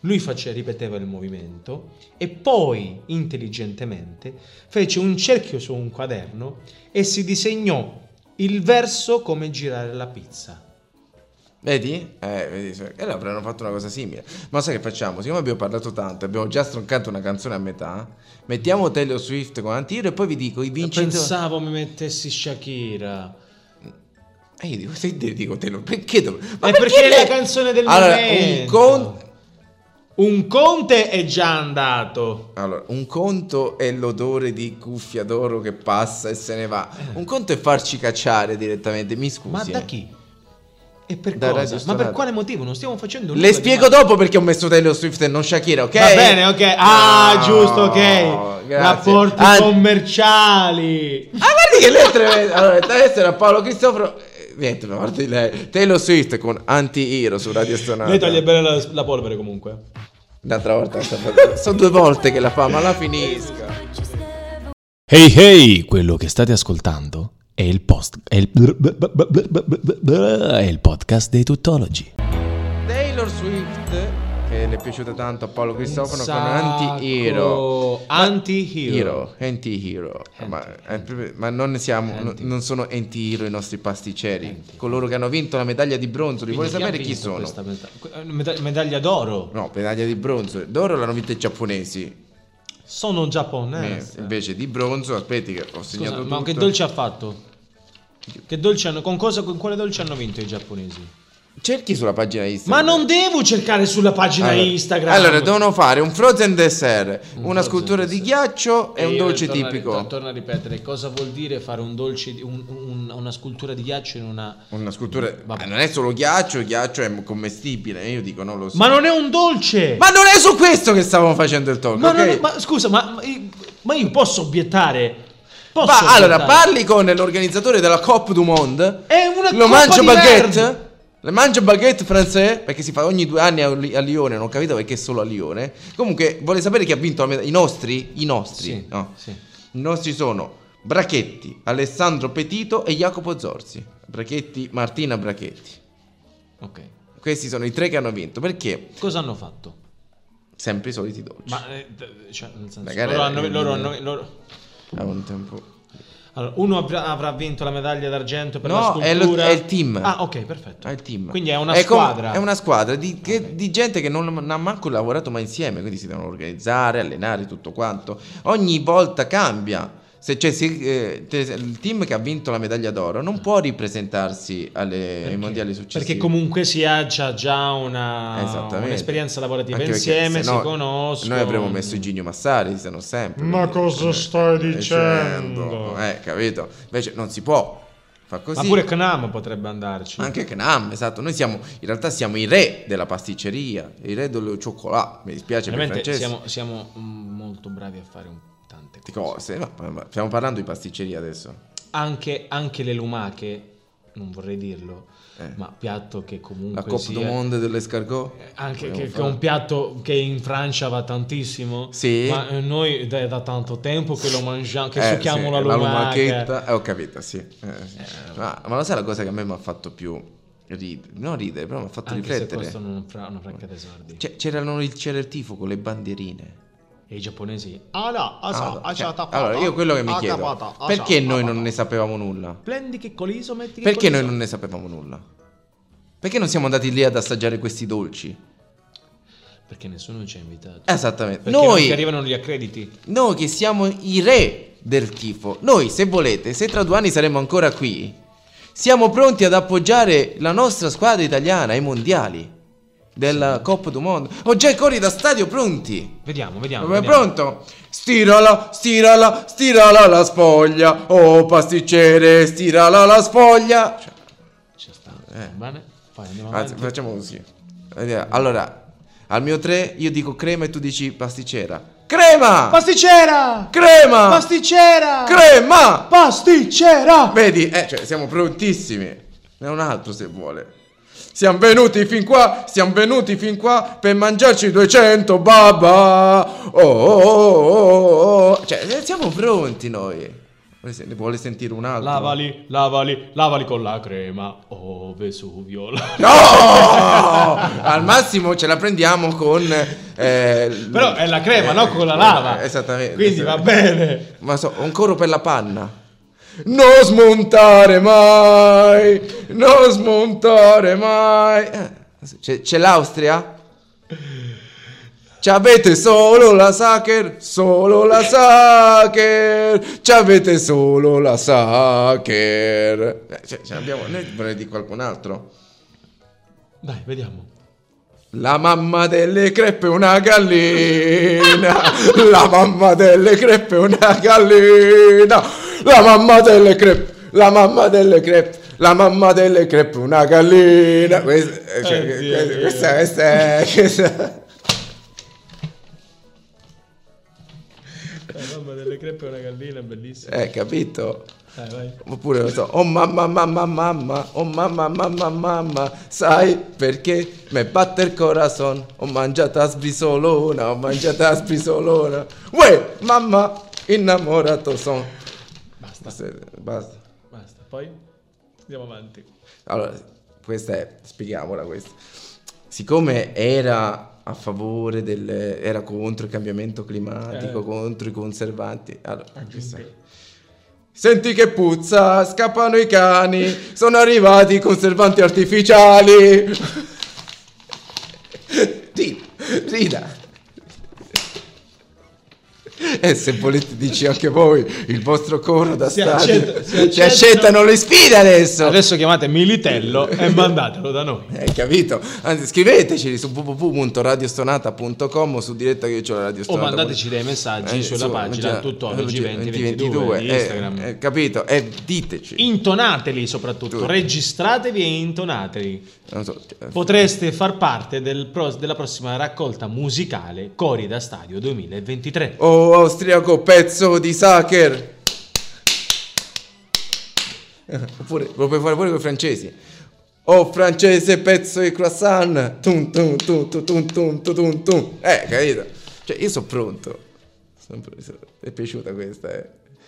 C: lui face- ripeteva il movimento e poi, intelligentemente, fece un cerchio su un quaderno e si disegnò il verso come girare la pizza.
B: Vedi? Eh, vedi, cioè, eh, avranno fatto una cosa simile. Ma sai che facciamo? Siccome abbiamo parlato tanto, abbiamo già stroncato una canzone a metà, mettiamo Taylor Swift con Antiro e poi vi dico i vincitori.
C: Pensavo mi mettessi Shakira.
B: E io dico, se te dico Taylor, perché dov- Ma
C: È perché è la
B: lei-
C: canzone del
B: allora, Un
C: momento.
B: con-
C: Un conte è già andato.
B: Allora, un conto è l'odore di cuffia d'oro che passa e se ne va. Un conto è farci cacciare direttamente, mi scusi.
C: Eh. Ma da
B: eh.
C: chi? E per
B: Da Radio
C: cosa? Ma
B: Stonata.
C: per quale motivo? Non stiamo facendo nulla
B: Le
C: di
B: spiego
C: male.
B: dopo perché ho messo Taylor Swift e non Shakira, ok?
C: Va bene, ok. Ah,
B: No,
C: giusto, ok.
B: grazie.
C: Rapporti
B: Ah,
C: commerciali.
B: Ah, guardi che lei è tremenda. Allora, adesso era Paolo Cristoforo. eh, Niente, ma guardi lei. Taylor Swift con Anti-Hero su Radio Stonata.
C: Lei toglie bene la, la polvere comunque.
B: Un'altra volta. sta facendo- Sono due volte che la fa, ma la finisca.
A: Hey hey, quello che state ascoltando è il post è il, è il podcast dei tuttologi.
B: Taylor Swift, che le è piaciuta tanto a Paolo Cristoforo con
C: Sacco.
B: Anti-Hero.
C: Anti-hero.
B: Hero, anti-hero, ma, eh, proprio- ma non, siamo, non- non sono anti-hero i nostri pasticceri, coloro che hanno vinto la medaglia di bronzo, li vuole
C: Quindi
B: sapere
C: ha
B: chi
C: vinto
B: sono?
C: questa meda- que- eh, meda- medaglia d'oro.
B: No, medaglia di bronzo, d'oro l'hanno vinta i giapponesi,
C: Sono
B: Eh,
C: giapponese.
B: invece di bronzo, aspetti che ho segnato
C: Scusa,
B: tutto.
C: ma che dolce ha fatto? Che dolce hanno, con, cosa, con quale dolce hanno vinto i giapponesi?
B: Cerchi sulla pagina Instagram.
C: Ma non devo cercare sulla pagina
B: Allora-
C: Instagram.
B: Allora, devono fare un frozen dessert, una
C: frozen
B: scultura di ghiaccio e, un
C: io
B: dolce
C: torno a-
B: tipico.
C: to- torno a ripetere, cosa vuol dire fare un dolce, di- un- un- una scultura di ghiaccio in una...
B: Una scultura...
C: Mm, Vabbè.
B: Ah, non è solo ghiaccio, il ghiaccio è commestibile, io dico non lo so.
C: Ma non è un dolce!
B: Ma non è su questo che stavamo facendo il talk,
C: Ma
B: ok?
C: non è- ma scusa, ma, ma io- ma io posso obiettare? Posso
B: Ma allora
C: obiettare?
B: parli con l'organizzatore della Cop du Monde.
C: È una
B: Lo
C: coppa
B: mangio
C: di
B: baguette?
C: verde.
B: Le mangia baguette francese perché si fa ogni due anni a, a Lione, non ho capito perché solo a Lione. Comunque, vuole sapere chi ha vinto la medaglia? I nostri? I nostri,
C: Sì,
B: no?
C: sì.
B: I nostri sono Brachetti, Alessandro Petito e Jacopo Zorzi. Brachetti, Martina Brachetti.
C: Ok.
B: Questi sono i tre che hanno vinto perché
C: Cosa hanno fatto?
B: sempre i soliti dolci.
C: Ma eh, d- cioè, nel senso,
B: Magari
C: loro hanno-
B: era il-
C: loro hanno- loro-
B: A un tempo.
C: Allora, uno avrà, avrà vinto la medaglia d'argento per
B: No,
C: la
B: è lo-
C: scultura.
B: è il team.
C: Ah, ok, perfetto.
B: Ah, il team.
C: Quindi è una
B: com-
C: squadra.
B: è una squadra di, che- di gente che non, non ha manco lavorato mai insieme, quindi si devono organizzare, allenare, tutto quanto. Ogni volta cambia. Se c'è se- eh, te- il team che ha vinto la medaglia d'oro non può ripresentarsi alle- ai
C: Perché?
B: mondiali successivi.
C: Perché comunque si ha già, già una,
B: Esattamente.
C: un'esperienza lavorativa
B: Anche perché
C: insieme,
B: se no
C: si conoscono.
B: Noi avremmo messo Ginio Massari, se non sempre.
E: Ma
B: quindi-
E: cosa stai dicendo?
B: Eh, capito? Invece non si può. Fa così.
C: Ma pure Knam potrebbe andarci.
B: Ma Anche Knam, esatto. Noi siamo, in realtà siamo i re della pasticceria, i re del cioccolato. Mi dispiace per
C: Veramente
B: Francesco.
C: siamo, siamo mm, molto bravi a fare un- tante
B: Di cose.
C: cose.
B: no, ma- ma stiamo parlando di pasticceria adesso.
C: Anche, anche le lumache, non vorrei dirlo,
B: Eh.
C: ma piatto che
B: La
C: comunque
B: Coppa
C: sia...
B: du Monde dell'escargot.
C: Eh, Anche
B: Vogliamo
C: che, che è
B: fare.
C: un piatto che in Francia va tantissimo,
B: Sì.
C: ma eh, noi da, da tanto tempo che lo mangiamo, che
B: Eh,
C: succhiamo
B: sì,
C: la lumaca.
B: lumachetta. Eh, ho capito, sì. Eh, sì. Ma, ma lo sai la cosa che a me mi ha fatto più ridere? Non ridere, però mi ha fatto
C: Anche se
B: riflettere.
C: costano una, fra- una fracca tesordi.
B: C'è- c'erano il, c'era il tifo con le bandierine.
C: E i giapponesi
E: Ah no, ah, so,
B: Allora,
E: ah,
B: cioè,
E: so, tapata,
B: allora, io quello che mi
E: ah,
B: chiedo,
E: tapata, ah, so,
B: perché noi
E: tapata.
B: non ne sapevamo nulla?
C: Prendi che coliso, metti che
B: Perché noi
C: coliso.
B: non ne sapevamo nulla? Perché non siamo andati lì ad assaggiare questi dolci?
C: Perché nessuno ci ha invitato.
B: Esattamente.
C: Perché non
B: Eh, Noi,
C: ti arrivano gli accrediti.
B: noi che siamo i re del tifo, noi se volete, se tra due anni saremo ancora qui, siamo pronti ad appoggiare la nostra squadra italiana ai mondiali della Coppa du Mondo. Ho già i cori da stadio pronti.
C: Vediamo, vediamo.
B: Ma è
C: vediamo.
B: pronto? Stirala, stirala, stirala la sfoglia. Oh pasticcere, stirala la sfoglia. Cioè,
C: Ci sta.
B: Eh.
C: Bene. Poi andiamo
B: anzi,
C: avanti.
B: facciamo così. Vediamo. Allora, al mio 3 io dico crema e tu dici pasticcera. Crema!
D: Pasticcera!
B: Ah. crema!
D: Pasticcera!
B: crema!
D: Pasticcera!
B: Vedi, eh, cioè, siamo prontissimi. Ne è un altro se vuole. Siamo venuti fin qua, siamo venuti fin qua per mangiarci 200 babà. Oh, oh, oh, oh, oh. Cioè, eh, siamo pronti noi. Vuole sen- Vuole sentire un altro?
C: Lavali, lavali, lavali con la crema. Oh, Vesuvio.
B: No! Al massimo ce la prendiamo con... eh, l-
C: Però è la crema,
B: eh,
C: no? Con la lava.
B: Esattamente.
C: Quindi va bene.
B: Ma so, un coro per la panna. Non smontare mai, non smontare mai. Eh, C'è, c'è l'Austria? Ci avete solo la Sacher, solo la Sacher, ci avete solo la Sacher. Eh, ce, ce l'abbiamo, noi vorrei di qualcun altro.
C: Dai, vediamo.
B: La mamma delle crepe è una gallina. La mamma delle crepe è una gallina. La mamma delle crepe. La mamma delle crepe. La mamma delle crepe è una gallina. Questa, eh, cioè,
C: Oddio,
B: questa-
C: Dio.
B: questa, questa, è- questa-
C: La Eh, mamma delle crepe è una gallina, bellissima.
B: Eh, capito?
C: Dai, vai.
B: Oppure lo so, oh mamma mamma mamma, oh mamma mamma mamma, sai perché mi batte il corazon, ho mangiato a sbrisolona, ho mangiato a sbrisolona, uè mamma, innamorato son.
C: Basta,
B: Se- Basta.
C: basta. Poi andiamo avanti.
B: Allora, questa è, spieghiamola questa. Siccome era a favore del, era contro il cambiamento climatico,
C: Eh. Ah,
B: contro i conservanti, allora, questa- Senti che puzza, scappano i cani, sono arrivati i conservanti artificiali. Rida, rida. E se volete dici anche voi il vostro coro da
C: Si
B: stadio.
C: accetta- si
B: Ci
C: accetta-
B: accettano le sfide adesso.
C: Adesso chiamate Militello e mandatelo da noi.
B: Eh, Hai capito? Anzi, scriveteci su www.radiostonata.com o su diretta che c'è la radio
C: O
B: stonata.
C: mandateci dei messaggi
B: Eh,
C: sulla
B: su-
C: pagina
B: già,
C: tuttologi
B: oggi-
C: 2022 di
B: eh,
C: Instagram.
B: eh, capito? E diteci.
C: Intonateli soprattutto,
B: Tu-
C: registratevi e intonateli.
B: Non so, eh,
C: Potreste far parte del pro- della prossima raccolta musicale Cori da Stadio 2023.
B: Oh austriaco pezzo di sacher Oppure lo puoi fare pure con i francesi Oh francese pezzo di croissant. Tun tun tun tun tun tun tun tun tun. Eh, capito? Cioè, io sono pronto. Sono pronto. È piaciuta questa, eh.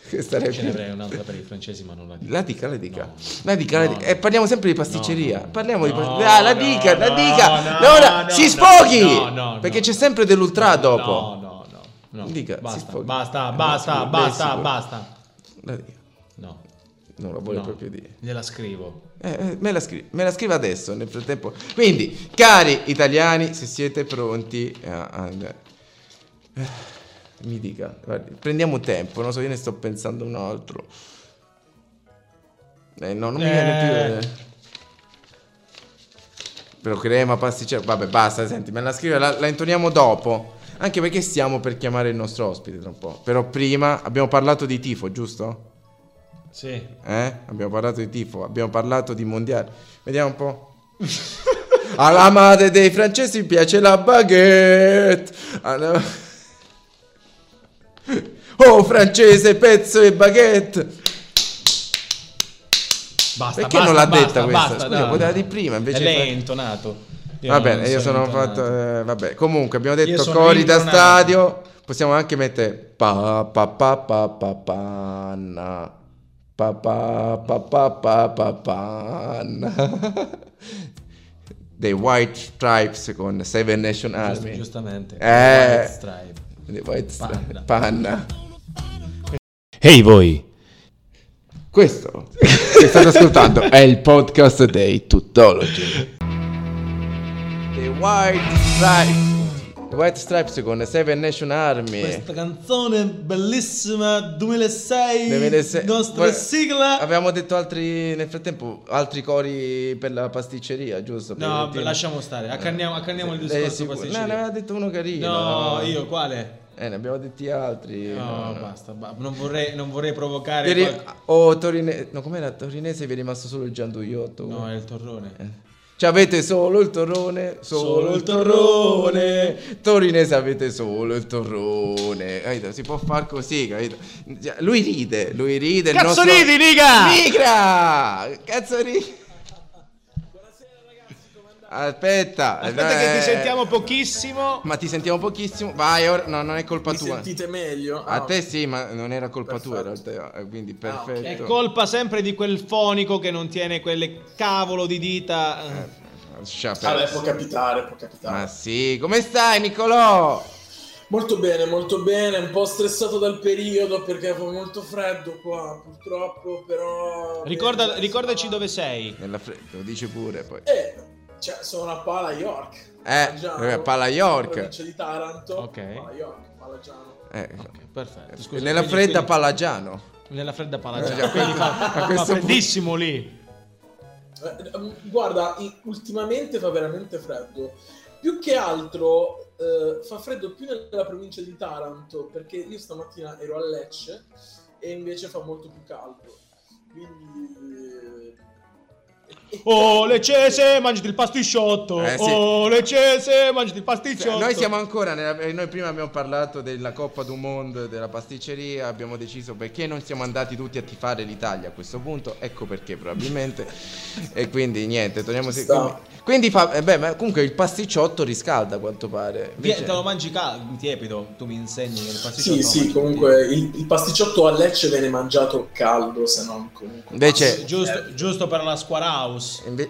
B: Questa
C: Ce ne
B: replica.
C: avrei un'altra per i francesi, ma non la dico.
B: La dica, la dica.
C: No.
B: La dica, la
C: No,
B: dica.
C: no.
B: Eh, parliamo sempre di pasticceria.
C: No, no.
B: Parliamo di
C: No,
B: pasticceria. Ah, la
C: no,
B: dica, la
C: no,
B: dica.
C: no,
B: No, no,
C: no,
B: si
C: no,
B: sfoghi.
C: no, no,
B: perché
C: no.
B: c'è sempre dell'ultra dopo.
C: No, no, no. no.
B: Dica, si
C: basta,
B: sfoghi.
C: basta,
B: Eh,
C: basta,
B: sicuro,
C: basta,
B: sicuro.
C: basta.
B: La dica.
C: No.
B: Non la voglio
C: no.
B: proprio dire.
C: Gliela scrivo.
B: Eh, eh, me, la scri- me la scrive adesso, nel frattempo. Quindi, cari italiani, se siete pronti a... a- eh, mi dica, guardi, prendiamo tempo, non so, io ne sto pensando un altro. Eh, no, non mi viene
C: Eh.
B: più... eh. Però crema, pasticcera, vabbè, basta, senti, me la scrive, la, la intoniamo dopo. Anche perché stiamo per chiamare il nostro ospite tra un po'. Però prima abbiamo parlato di tifo, giusto?
C: Sì.
B: Eh? Abbiamo parlato di tifo, abbiamo parlato di mondiali. Vediamo un po'. Alla madre dei francesi piace la baguette. Alla- Oh francese, pezzo e baguette.
C: Basta,
B: Perché
C: basta,
B: non l'ha
C: basta,
B: detta questa?
C: basta,
B: Scusa,
C: dai.
B: poteva di prima, invece
C: E lei
B: fa-
C: è intonato.
B: Va
C: non
B: bene, io sono
C: intonato.
B: fatto. eh, vabbè, comunque abbiamo detto
C: Io sono
B: cori da
C: intonato.
B: stadio. Possiamo anche mettere pa pa pa pa pa panna. Pa pa pa pa pa pa panna. The White Stripes con Seven Nation
C: Giust-
B: Army.
C: Giustamente.
B: Eh.
C: White Stripe.
B: The White Stripes.
C: Panna.
B: Panna.
A: Ehi voi,
B: Questo che state ascoltando è il podcast dei Tutology. The White Stripes. The White Stripes con Seven Nation Army.
D: Questa canzone bellissima 2006,
B: 2006.
D: nostra
B: Guarda, Ah,
D: sigla.
B: Avevamo detto altri nel frattempo altri cori per la pasticceria, giusto? Per
C: No,
B: il team.
C: lasciamo stare, accanniamo- accanniamo il
B: Lei è
C: discorso
B: Eh, sicuro?
C: pasticceria.
B: No, ne aveva detto uno carino.
C: No, io quale?
B: Eh, ne abbiamo detti altri.
C: No, basta, ba- non, vorrei, non vorrei provocare.
B: Ieri-
C: qualche-
B: oh, Torine... no, com'era? Torinese vi è rimasto solo il gianduiotto.
C: No, è il torrone.
B: Cioè avete solo il torrone, solo,
C: Solo
B: il
C: il torrone.
B: torrone. Torinese avete solo il torrone. Capito? Si può far così, capito? Cioè, Lui ride, lui ride. il nostro-
A: riga!
B: Migra! Cazzo ride. Aspetta,
F: Aspetta che
B: eh,
F: ti sentiamo pochissimo.
B: Ma ti sentiamo pochissimo. Vai, ora no, non è colpa
G: Mi
B: tua.
G: sentite meglio?
B: A
G: Ah,
B: te sì, ma non era colpa
G: Perfetto.
B: tua in realtà, eh, quindi
G: Ah, ok.
B: perfetto.
F: È colpa sempre di quel fonico che non tiene quelle cavolo di dita. eh.
B: Lascia
G: Vabbè,
B: perdere.
G: può capitare, può capitare.
B: Ma sì, come stai Nicolò?
G: Molto bene, molto bene. Un po' stressato dal periodo perché fa molto freddo qua, purtroppo, però...
F: Ricorda-
G: bene,
F: ricordaci
G: insomma.
F: dove sei.
B: Nella fre- lo dice pure poi.
G: Eh, cioè, sono a Pala York.
B: Eh,
G: Palagiano,
B: eh, Pala York.
G: Provincia di Taranto.
C: Ok.
G: Pala York, Palagiano.
B: Eh,
C: Ok, perfetto. scusa,
B: Nella
C: quindi-
B: fredda
C: quindi-
B: Palagiano.
C: Nella fredda
B: Eh, già,
C: palaccia. Quindi fa,
B: a
C: fa
B: questo punto-
C: freddissimo lì.
G: Eh, ehm, Guarda, i- ultimamente fa veramente freddo. Più che altro eh, fa freddo più nella provincia di Taranto, perché io stamattina ero a Lecce e invece fa molto più caldo. Quindi... eh,
F: Oh, leccese, mangiati il pasticciotto.
B: Eh, sì.
F: Oh, leccese, mangiati il
B: Cioè,
F: pasticciotto.
B: noi siamo ancora nella- eh, noi prima abbiamo parlato della Coppa du Monde della pasticceria, abbiamo deciso perché non siamo andati tutti a tifare l'Italia a questo punto, ecco perché probabilmente. e quindi niente, torniamo
G: Ci
B: se-
G: sta.
B: quindi- Quindi fa eh, beh, ma comunque il pasticciotto riscalda a quanto pare.
D: Vie-
B: Invece-
D: te lo mangi cal- tiepido, tu mi insegni che il pasticciotto
G: Sì,
D: lo
G: sì,
D: mangi
G: comunque il, il pasticciotto a Lecce viene mangiato caldo, se non comunque...
C: Eh,
B: Invece-
F: Giusto, giusto per la square house.
B: inve-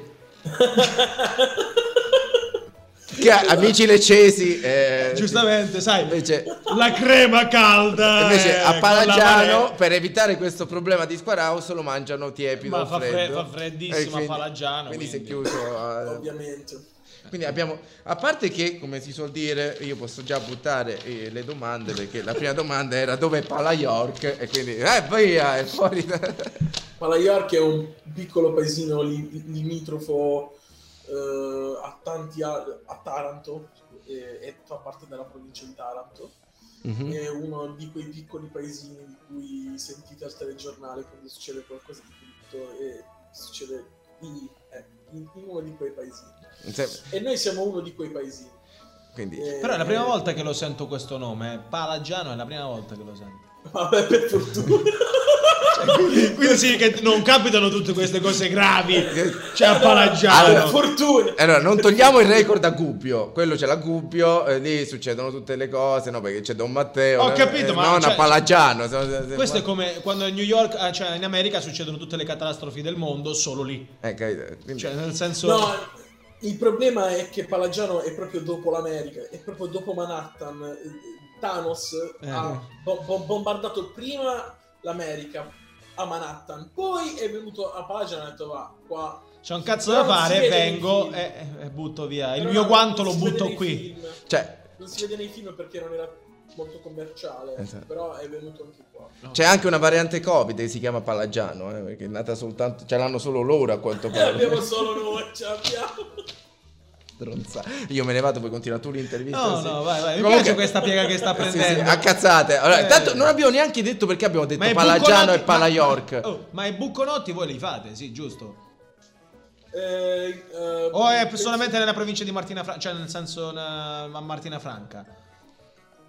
B: che, amici leccesi, eh,
F: Giustamente, sai.
B: Invece
F: La crema calda.
B: Invece
F: eh,
B: a
F: con la
B: Palagiano,
F: mare-
B: per evitare questo problema di Squaraus, lo mangiano tiepido.
F: Ma
B: o
F: fa fre-
B: freddo.
F: fa freddissimo
B: E
F: a Palagiano,
B: Quindi, si è
F: quindi.
B: chiuso. eh.
G: Ovviamente.
B: Quindi abbiamo. A parte che, come si suol dire, io posso già buttare eh, le domande. Perché la prima domanda era dove è Pala York? E quindi, eh, via, è fuori. Da...
G: Pala York è un piccolo paesino li- limitrofo eh, a, tanti al- a Taranto eh, e fa parte della provincia di Taranto.
B: Mhm.
F: Mhm.
G: È uno di quei piccoli paesini di cui sentite al telegiornale quando succede qualcosa di brutto e succede lì, eh, in, in uno di quei paesini.
B: Se-
G: E noi siamo uno di quei paesini.
B: Quindi,
G: Eh,
D: Però è la prima volta che lo sento questo nome, eh. Palagiano è la prima volta che lo sento.
G: Vabbè, per fortuna.
C: Cioè, Quindi sì che non capitano tutte queste cose gravi. Cioè a Palaggiano.
B: Allora,
G: Fortuna!
B: Allora, non togliamo il record a Gubbio. Quello c'è la Gubbio, eh, lì succedono tutte le cose, no? Perché c'è Don Matteo.
C: Ho
B: eh,
C: capito,
B: eh,
C: ma
B: Non
C: cioè-
B: a Palagiano. se- se- se-
C: Questo è come quando a New York, ah, cioè in America succedono tutte le catastrofi del mondo solo lì.
B: Eh, capito? Quindi-
C: Cioè nel senso
G: No, il problema è che Palagiano è proprio dopo l'America, è proprio dopo Manhattan. Eh, Thanos
C: Eh.
G: ha bo- bo- bombardato prima l'America a Manhattan, poi è venuto a Palagiano e ha detto va qua.
C: c'è un cazzo
G: Però
C: da
G: non si
C: fare,
G: vede nei
C: vengo
G: film.
C: e, e butto via. Ah, Il
G: Però
C: mio
G: non
C: guanto lo
G: si vede
C: butto
G: nei
C: qui.
G: film.
B: cioè,
G: Non si vede nei film perché non era molto commerciale,
B: Esatto.
G: però è venuto anche qua.
B: c'è anche una variante Covid che si chiama Palagiano, eh, perché è nata soltanto. Ce l'hanno solo loro a quanto
C: Esatto.
G: E
B: pare.
G: abbiamo solo noi, ce l'abbiamo.
B: Stronza. Io me ne vado, poi continua tu l'intervista.
C: No,
B: sì.
C: no, vai, vai. Mi
B: Comunque-
C: piace questa piega che sta
B: Sì, sì,
C: prendendo.
B: a cazzate. Allora,
C: Eh.
B: intanto non abbiamo neanche detto perché abbiamo detto
C: i
B: Palagiano
C: bucconotti-
B: e Pala
C: ma-
B: York.
C: oh, ma i bucconotti voi li fate, sì, giusto.
G: Eh, eh,
C: O è solamente nella provincia di Martina Franca, cioè nel senso na- a Martina Franca.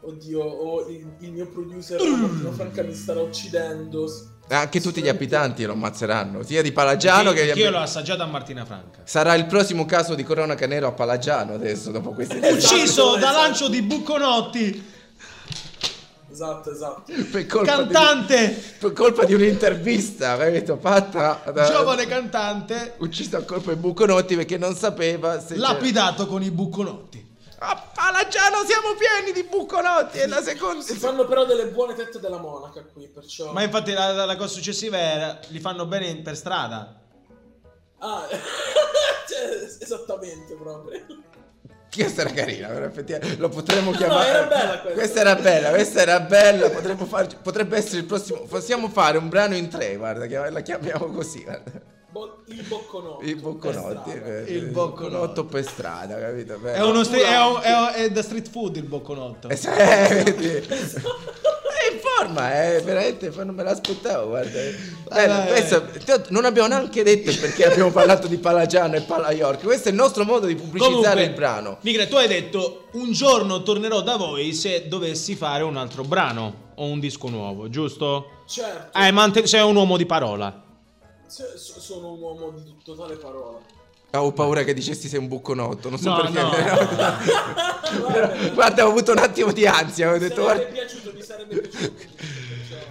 G: Oddio, oh, il, il mio producer Martino Franca mi starà uccidendo.
B: Eh, Ah, Anche tutti gli abitanti lo ammazzeranno, sia di Palagiano che gli
C: io
B: abitanti.
C: l'ho assaggiata a Martina Franca.
B: Sarà il prossimo caso di cronaca nero a Palagiano adesso, dopo questi
C: Ucciso da
G: esatto.
C: lancio di bucconotti,
G: Esatto, esatto.
B: per colpa
C: cantante,
B: Di, per colpa di un'intervista, avete fatta da-
C: giovane cantante,
B: Ucciso a colpo di Buconotti perché non sapeva se... c'era-
C: lapidato con i bucconotti.
B: A Palagiano Oh, siamo pieni di Buconotti, è la seconda...
G: Si fanno però delle buone tette della monaca qui, perciò...
C: Ma infatti la, la- la cosa successiva era li fanno bene in- per strada.
G: Ah, cioè, es- esattamente proprio.
B: Questa era carina, però effettivamente lo potremmo
G: No,
B: chiamare...
G: era bella questa.
B: era bella, questa era bella, potremmo farci- potrebbe essere il prossimo... Possiamo fare un brano in tre, guarda, chiam- la chiamiamo così, guarda.
G: Bo- il Esatto. bocconotto.
B: Il bocconotti,
G: per
B: eh,
G: strada.
C: Il bocconotto.
B: bocconotto per strada, capito? Beh.
C: È, uno stri- è, un- è un- è da street food il bucconotto.
B: Eh, sì, eh, vedi. È in forma, eh, veramente fa- non me l'aspettavo, guarda. Eh,
C: Allora,
B: questo- ti ho- non abbiamo neanche detto perché abbiamo parlato di Palagiano e Pala York. Questo è il nostro modo di pubblicizzare
C: Comunque,
B: il brano.
C: Migra, tu hai detto un giorno tornerò da voi se dovessi fare un altro brano o un disco nuovo, giusto?
G: Certo,
C: Eh, mante- sei un uomo di parola.
G: se- so- sono un uomo di totale parola.
B: Ho paura che dicessi sei un bucconotto, non so
C: No,
B: perché.
C: no.
B: però-
G: Ah, Guarda,
B: Guarda, ho avuto un attimo di ansia, ho
G: mi
B: detto
G: sarebbe
B: guarda.
G: piaciuto, mi sarebbe piaciuto. Perciò-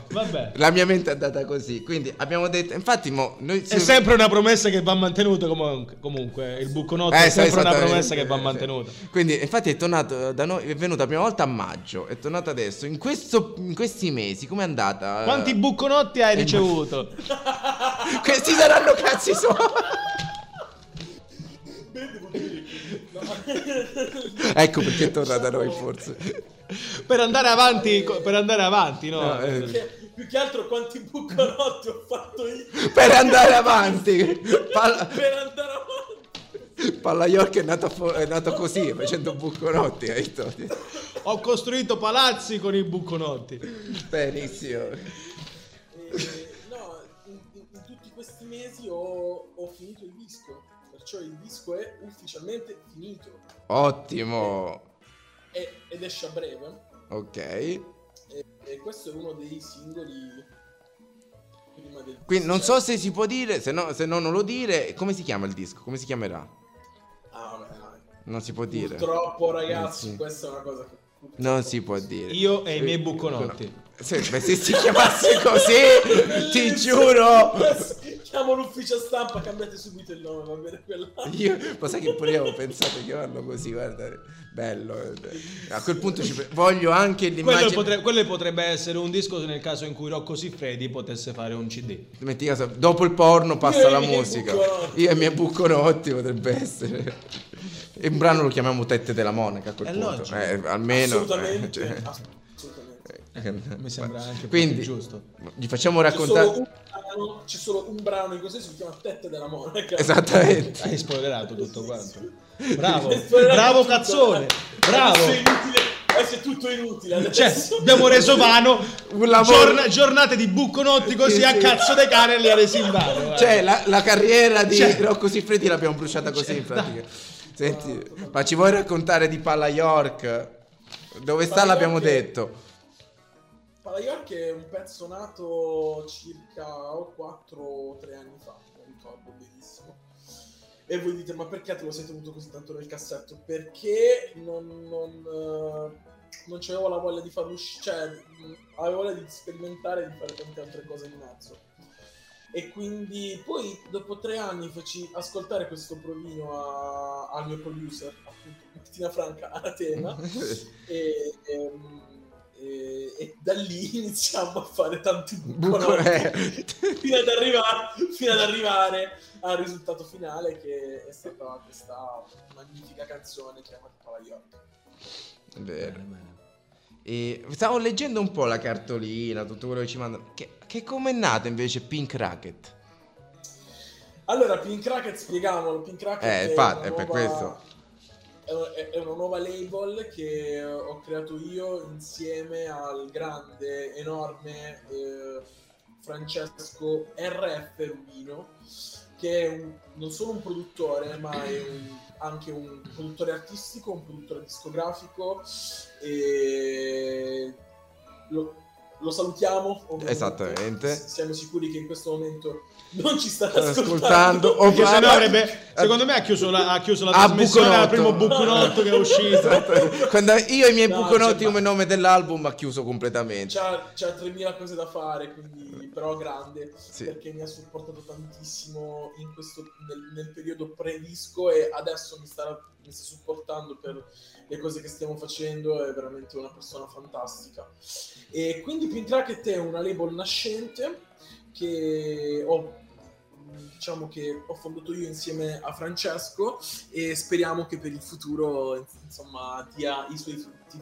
C: Vabbè.
B: La mia mente è andata così, quindi abbiamo detto, infatti mo, noi
C: È sempre una promessa che va mantenuta comunque, comunque il bucconotto
B: Eh,
C: è sempre una
B: esattamente.
C: promessa che va
B: Eh, sì.
C: mantenuta.
B: Quindi, infatti, è tornato da noi. È venuto la prima volta a maggio. È tornato adesso. In, questo- in questi mesi, com'è andata? Eh,
C: Quanti bucconotti hai ricevuto?
B: Questi saranno cazzi suoi. ecco perché è tornato da noi, forse.
C: per andare avanti, co- per andare avanti, no?
B: No, eh,
G: Perché più che altro quanti bucconotti ho fatto io
B: per andare avanti, Palla,
G: per andare avanti.
B: Palla York è nato, fo- è nato così, facendo bucconotti. Hai detto.
C: Ho costruito palazzi con i bucconotti.
B: Benissimo.
G: E, no, in, in- in tutti questi mesi ho, ho finito il disco, perciò il disco è ufficialmente finito
B: Ottimo.
G: E- ed esce a breve.
B: Ok.
G: E, e questo è uno dei singoli prima del
B: Quindi non so se si può dire, se no, se no non lo dire, come si chiama il disco? Come si chiamerà?
G: Ah, vabbè, dai.
B: Non si può dire.
G: Purtroppo, ragazzi,
B: Eh, sì.
G: questa è una cosa che purtroppo-
B: Non si può dire.
C: Io e i miei bucconotti.
B: Se, beh, se si chiamasse così, ti giuro.
G: Chiamo l'ufficio stampa, cambiate subito il nome, va bene quella.
B: Io, ma sai che pure io avevo pensato di chiamarlo così, guarda, bello. eh. A quel punto ci pe- voglio anche
C: Quello,
B: l'immagine.
C: potre- quello potrebbe essere un disco nel caso in cui Rocco Siffredi potesse fare un CD.
B: Metti caso, dopo il porno passa
G: Io e
B: la
G: i miei
B: musica.
G: bucconotti.
B: Io e i miei bucconotti potrebbe essere. E il brano lo chiamiamo Tette della Monaca a quel
C: È
B: punto.
C: logico.
B: Eh, almeno.
G: assolutamente,
B: eh, cioè.
G: assolutamente.
C: Mi sembra anche
B: Quindi,
C: giusto.
B: Gli facciamo
G: C'è solo,
B: raccontare.
G: un brano, c'è solo un brano in questo si chiama Tette della Monaca.
B: Esattamente.
C: Hai spoilerato tutto quanto. Bravo,
G: Però
C: bravo
G: tutto-
C: cazzone, bravo.
G: Adesso è, inutile, adesso è tutto inutile.
C: Cioè,
G: Adesso.
C: abbiamo reso vano
B: Un lavoro.
C: giorna- giornate di bucconotti così a cazzo dei cane le ha resi in vano. eh. guarda.
B: Cioè, la, la carriera di
C: Cioè-
B: Rocco Siffredi l'abbiamo bruciata così, in pratica. Senti, ma ci vuoi raccontare di Palla York? Dove sta
G: Palla
B: l'abbiamo
G: York è-
B: detto?
G: Pala York è un pezzo nato circa circa o 4 o 3 anni fa, non ricordo benissimo. E voi dite, ma perché te lo sei tenuto così tanto nel cassetto? Perché non, non, eh, non c'avevo la voglia di farlo uscire, cioè mh, avevo voglia di sperimentare e di fare tante altre cose in mezzo. E quindi poi dopo tre anni feci ascoltare questo provino a- al mio producer, appunto, Martina Franca, a Atena e, ehm, e- e da lì iniziamo a fare tanti
B: Buco-
G: buconotti
B: eh.
G: fino, ad arrivare, fino ad arrivare al risultato finale che è stata questa magnifica canzone chiamata Pala York.
B: Vero. E stavo leggendo un po' la cartolina, tutto quello che ci mandano. Che, che com'è nata invece Pink Racket?
G: Allora, Pink Racket, spiegavolo, Pink Racket
B: Eh,
G: è
B: infatti,
G: una
B: è per
G: nuova-
B: questo.
G: È, è- è una nuova label che ho creato io insieme al grande, enorme eh, Francesco RF Rubino, che è un- non solo un produttore, ma è un- anche un produttore artistico, un produttore discografico. E lo, lo salutiamo. ovviamente.
B: Esattamente.
G: S- Siamo sicuri che in questo momento non ci sta
B: Sta
G: ascoltando.
B: ascoltando, o
F: Perché sennò
B: guarda-
F: avrebbe, secondo me ha chiuso la, ha chiuso la
B: Ah,
F: trasmissione al primo
B: Buconotto.
F: buconotto che è uscito.
B: Esatto. Quando io e i miei
G: No,
B: buconotti
G: c'è
B: come nome dell'album ha chiuso completamente.
G: C'ha, c'ha 3000 cose da fare, quindi però grande,
B: Sì.
G: perché mi ha supportato tantissimo in questo, nel, nel periodo pre-disco e adesso mi sta, mi sta supportando per le cose che stiamo facendo, è veramente una persona fantastica. E quindi Pink Racket è una label nascente che ho diciamo che ho fondato io insieme a Francesco e speriamo che per il futuro insomma dia i suoi frutti.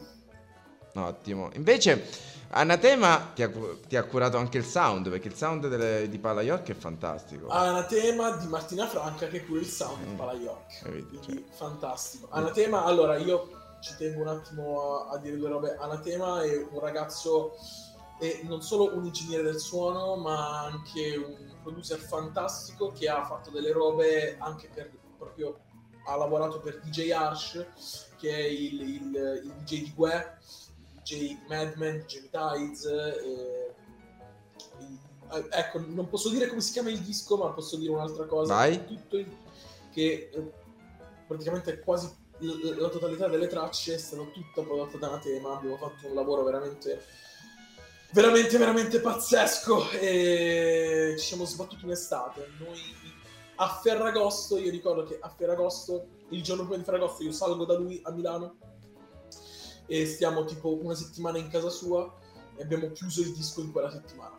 B: Ottimo. Invece Anatema ti ha, cu- ti ha curato anche il sound, perché il sound delle- di Pala York è
G: Ah,
B: fantastico.
G: Anatema di Martina Franca che cura il sound di
B: Mm.
G: Pala York.
B: Eh, vedi,
G: Quindi fantastico. Anatema, allora io ci tengo un attimo a, a dire due robe. Anatema è un ragazzo, è non solo un ingegnere del suono, ma anche un producer fantastico che ha fatto delle robe anche per proprio ha lavorato per DJ Arsh, che è il, il- il DJ di Gue, DJ Madman, DJ Tides. eh, il- eh, ecco, non posso dire come si chiama il disco, ma posso dire un'altra cosa.
B: Vai.
G: Tutto il- che eh, praticamente quasi l- la totalità delle tracce è stata tutta prodotta da Anatema. Abbiamo fatto un lavoro veramente. Veramente, veramente pazzesco. E ci siamo sbattuti in estate. Noi a Ferragosto, io ricordo che a Ferragosto, il giorno prima di Ferragosto, io salgo da lui a Milano e stiamo tipo una settimana in casa sua e abbiamo chiuso il disco in quella settimana.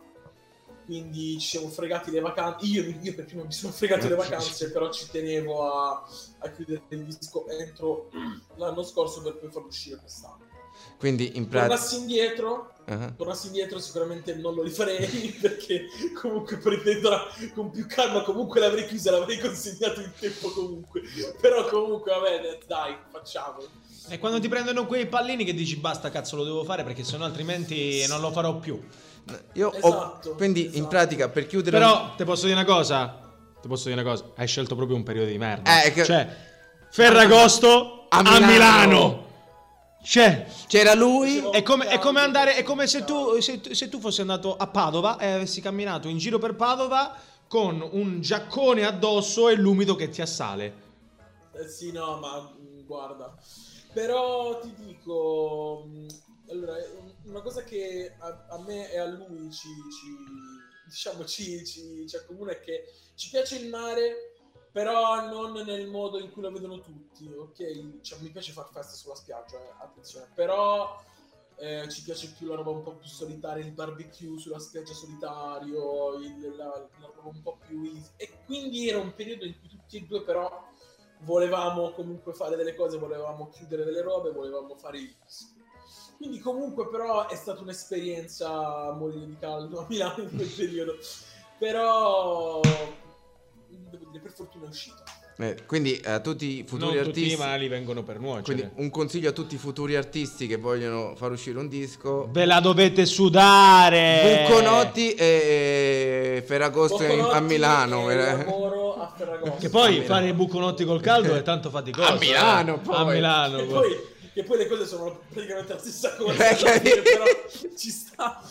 G: Quindi ci siamo fregati le vacanze. Io, io per primo mi sono fregato le vacanze, però ci tenevo a, a chiudere il disco entro l'anno scorso per poi farlo uscire quest'anno.
B: Quindi in pratica...
G: Tornassi indietro,
B: Ah.
G: tornassi indietro sicuramente non lo rifarei perché comunque prendendola con più calma comunque l'avrei chiusa l'avrei consegnato in tempo comunque però comunque va bene dai facciamolo
F: E quando ti prendono quei pallini che dici basta cazzo lo devo fare perché sennò altrimenti non lo farò più.
B: Io ho-
G: Esatto,
B: Quindi in
G: esatto.
B: pratica per chiudere...
F: Però ti posso dire una cosa, ti posso dire una cosa, hai scelto proprio un periodo di merda.
B: Eh, che-
F: Cioè, Ferragosto
B: A
F: a
B: Milano.
F: Milano. Cioè,
B: C'era lui...
F: è come, è come andare, è come se tu, se, tu- se tu fossi andato a Padova e avessi camminato in giro per Padova con un giaccone addosso e l'umido che ti assale.
G: Eh, sì no ma mh, guarda però ti dico mh, allora un- una cosa che a, a me e a lui ci, ci- diciamo ci, ci, ci accomuna è che ci piace il mare però non nel modo in cui lo vedono tutti, ok? Cioè, mi piace far festa sulla spiaggia, eh, attenzione, però eh, ci piace più la roba un po' più solitaria, il barbecue sulla spiaggia solitario, il- la, la roba un po' più easy. E quindi era un periodo in cui tutti e due però volevamo comunque fare delle cose, volevamo chiudere delle robe, volevamo fare il disco. Quindi comunque però è stata un'esperienza a morire di caldo a Milano in quel periodo. Però devo dire, per fortuna è uscito.
B: Eh, quindi a tutti i futuri
F: non
B: artisti...
F: tutti i mali vengono per nuocere.
B: Quindi un consiglio a tutti i futuri artisti che vogliono far uscire un disco.
F: Ve la dovete sudare.
B: Buconotti e Ferragosto in- a
G: Buconotti
B: Milano.
G: e
B: eh.
G: lavoro a Ferragosto.
F: Che
B: A
F: poi
B: Milano.
F: fare i buconotti col caldo è tanto faticoso.
B: A Milano,
F: eh.
B: poi.
F: A Milano.
G: Che
F: poi.
G: poi, che poi le cose sono praticamente la stessa cosa,
B: Eh,
G: alla fine,
B: capito?
G: però ci sta.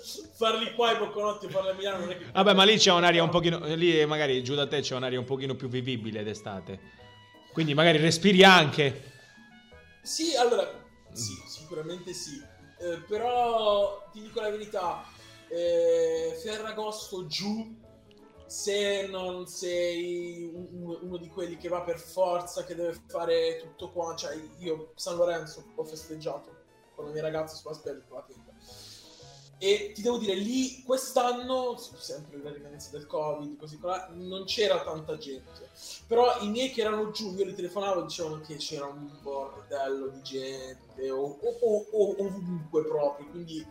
G: farli qua i bocconotti e farli a Milano non è che...
C: Vabbè, ma lì c'è un'aria un pochino. Lì magari giù da te c'è un'aria un pochino più vivibile d'estate. Quindi magari respiri anche.
G: Sì, allora, sì, sicuramente sì. Eh, però ti dico la verità, eh, Ferragosto giù, se non sei un- un- uno di quelli che va per forza, che deve fare tutto qua, cioè io San Lorenzo ho festeggiato con la mia ragazza sulla spiaggia con la tenda. E ti devo dire, lì quest'anno, sempre le rimanenze del Covid, così qua, non c'era tanta gente. Però i miei che erano giù, io li telefonavo e dicevano che c'era un bordello di gente, o, o- o- o- ovunque proprio. Quindi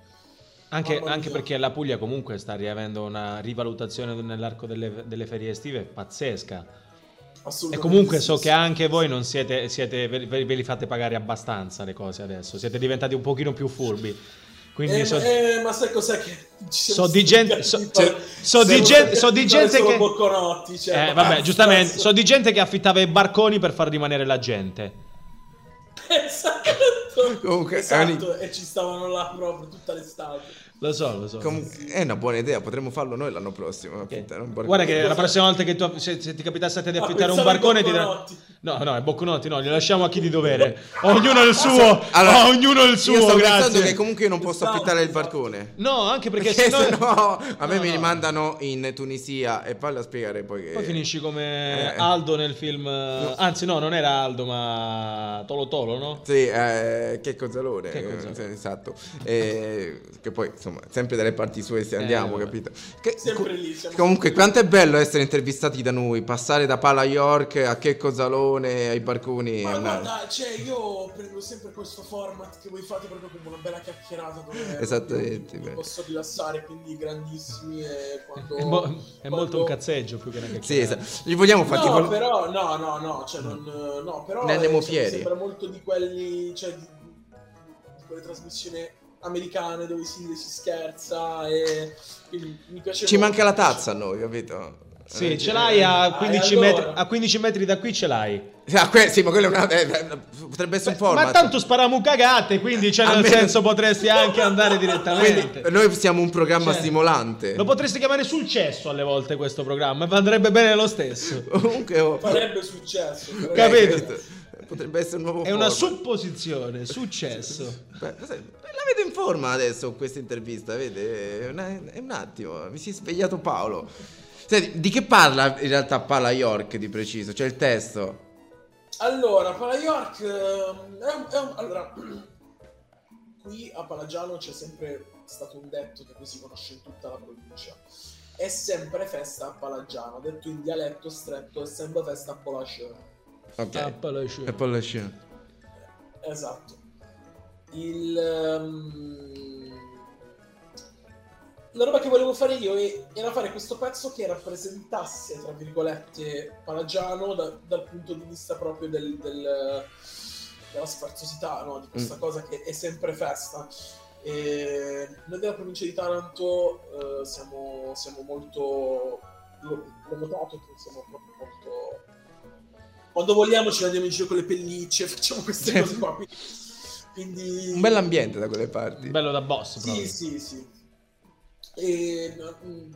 C: Anche,
G: Mamma
C: anche
G: mia.
C: perché la Puglia comunque sta riavendo una rivalutazione nell'arco delle, delle ferie estive pazzesca. E
G: assolutamente.
C: comunque
G: sì,
C: so
G: sì.
C: che anche voi non siete, siete ve, ve- ve li fate pagare abbastanza le cose adesso. Siete diventati un pochino più furbi. Quindi
G: Eh,
C: so,
G: ma, eh, ma sai cos'è che ci
C: so
G: siamo
C: di gente, so,
G: studiati
C: so-
G: per-
C: so di
G: siamo
C: gente,
G: studiati
C: so di
G: per fare
C: gente
G: solo
C: che...
G: Bocconotti, cioè,
C: Eh, vabbè,
G: basta,
C: giustamente,
G: basta.
C: so di gente che affittava i barconi per far rimanere la gente.
G: Esatto.
B: Comunque,
G: esatto, e ci stavano là proprio tutta l'estate.
C: Lo so, lo so.
B: Comunque, è una buona idea, potremmo farlo noi l'anno prossimo. appunto, non porca-
C: Guarda che la
G: Esatto.
C: prossima volta che tu, se, se ti capitasse a te di
G: Ah,
C: affittare un
G: pensavo ai
C: barcone ti dirà...
G: Bocconotti.
C: No, no, i bocconotti no, li lasciamo a chi di dovere. Ognuno il suo,
B: Allora,
C: ah, ognuno il
B: Io
C: suo,
B: stavo pensando
C: grazie.
B: che comunque io non posso
G: Esatto,
B: affittare il
G: esatto.
B: barcone.
C: No, anche perché,
B: Perché
C: sennò...
B: sennò a me
C: No,
B: mi
C: no.
B: rimandano in Tunisia e poi a spiegare poi che...
C: Poi finisci come
B: Eh.
C: Aldo nel film... Anzi, no, non era Aldo, ma Tolo Tolo, no?
B: Sì, eh, che cozzalone.
C: Che cozzalone.
B: eh, Esatto. Eh, che poi, insomma, sempre dalle parti sue se andiamo,
C: Eh, vabbè.
B: capito? Che-
G: Sempre
B: co-
G: lì, siamo
B: Comunque, quanto è bello essere intervistati da noi, passare da Pala York a Che Cozzalone, ai barconi.
G: Ma
B: a una-
G: guarda, cioè io prendo sempre questo format che voi fate proprio come una bella chiacchierata dove
B: Esattamente,
G: mi
B: beh.
G: posso rilassare, quindi grandissimi e quando...
C: È, mo- è
G: quando-
C: molto un cazzeggio più che una
B: Sì,
C: chiacchierata.
B: esatto. Li vogliamo fatti
G: No,
B: vol-
G: però, no, no, no, cioè non... No, però...
B: Ne andiamo
G: eh, cioè, mi
B: fieri.
G: sembra molto di quelli, cioè di, di quelle trasmissioni americane dove si ride, si scherza e... Quindi mi piace
B: Ci
G: molto.
B: manca la tazza a noi, capito?
C: Sì,
B: Eh,
C: ce l'hai a
G: Ah,
C: 15,
G: e allora?
C: metri, a 15 metri da qui ce l'hai.
B: sì, ah, que- sì, ma quello è una. eh, eh, potrebbe essere un
C: Beh,
B: format.
C: ma tanto sparamu cagate, quindi cioè,
B: A
C: nel
B: me-
C: senso potresti anche andare direttamente.
B: Quindi, eh, noi siamo un programma
C: Cioè,
B: stimolante.
C: Lo potresti chiamare successo alle volte questo programma, e andrebbe bene lo stesso.
B: Comunque, oh,
G: cioè, Farebbe successo. farebbe-
C: Capito?
B: questo Potrebbe essere un nuovo
C: È una
B: format.
C: supposizione, successo.
B: Beh, cos'è? La vedo in forma adesso questa intervista, vede? È una- è un attimo, mi si è svegliato Paolo. Senti, di che parla in realtà Pala York di preciso? C'è il testo.
G: Allora, Pala York ehm, è un, è un- allora, qui a Palagiano c'è sempre stato un detto che poi si conosce in tutta la provincia. È sempre festa a Palagiano, detto in dialetto stretto, è sempre festa a Palagiano.
B: Ok. Eh,
C: Appalo e
B: E
C: sciù.
B: poi lascia.
G: Esatto. Il, ehm, La roba che volevo fare io e- era fare questo pezzo che rappresentasse, tra virgolette, Palagiano da- dal punto di vista proprio del- del- della sfarzosità, no? di questa cosa che è sempre festa. E noi della provincia di Taranto eh, siamo, siamo molto... L'ho l'ho notato che siamo proprio molto quando vogliamo ci andiamo in giro con le pellicce, facciamo queste cose qua. quindi- Quindi...
B: Un bell'ambiente da quelle parti.
C: Bello da boss, proprio.
G: Sì, sì, sì. E, mm,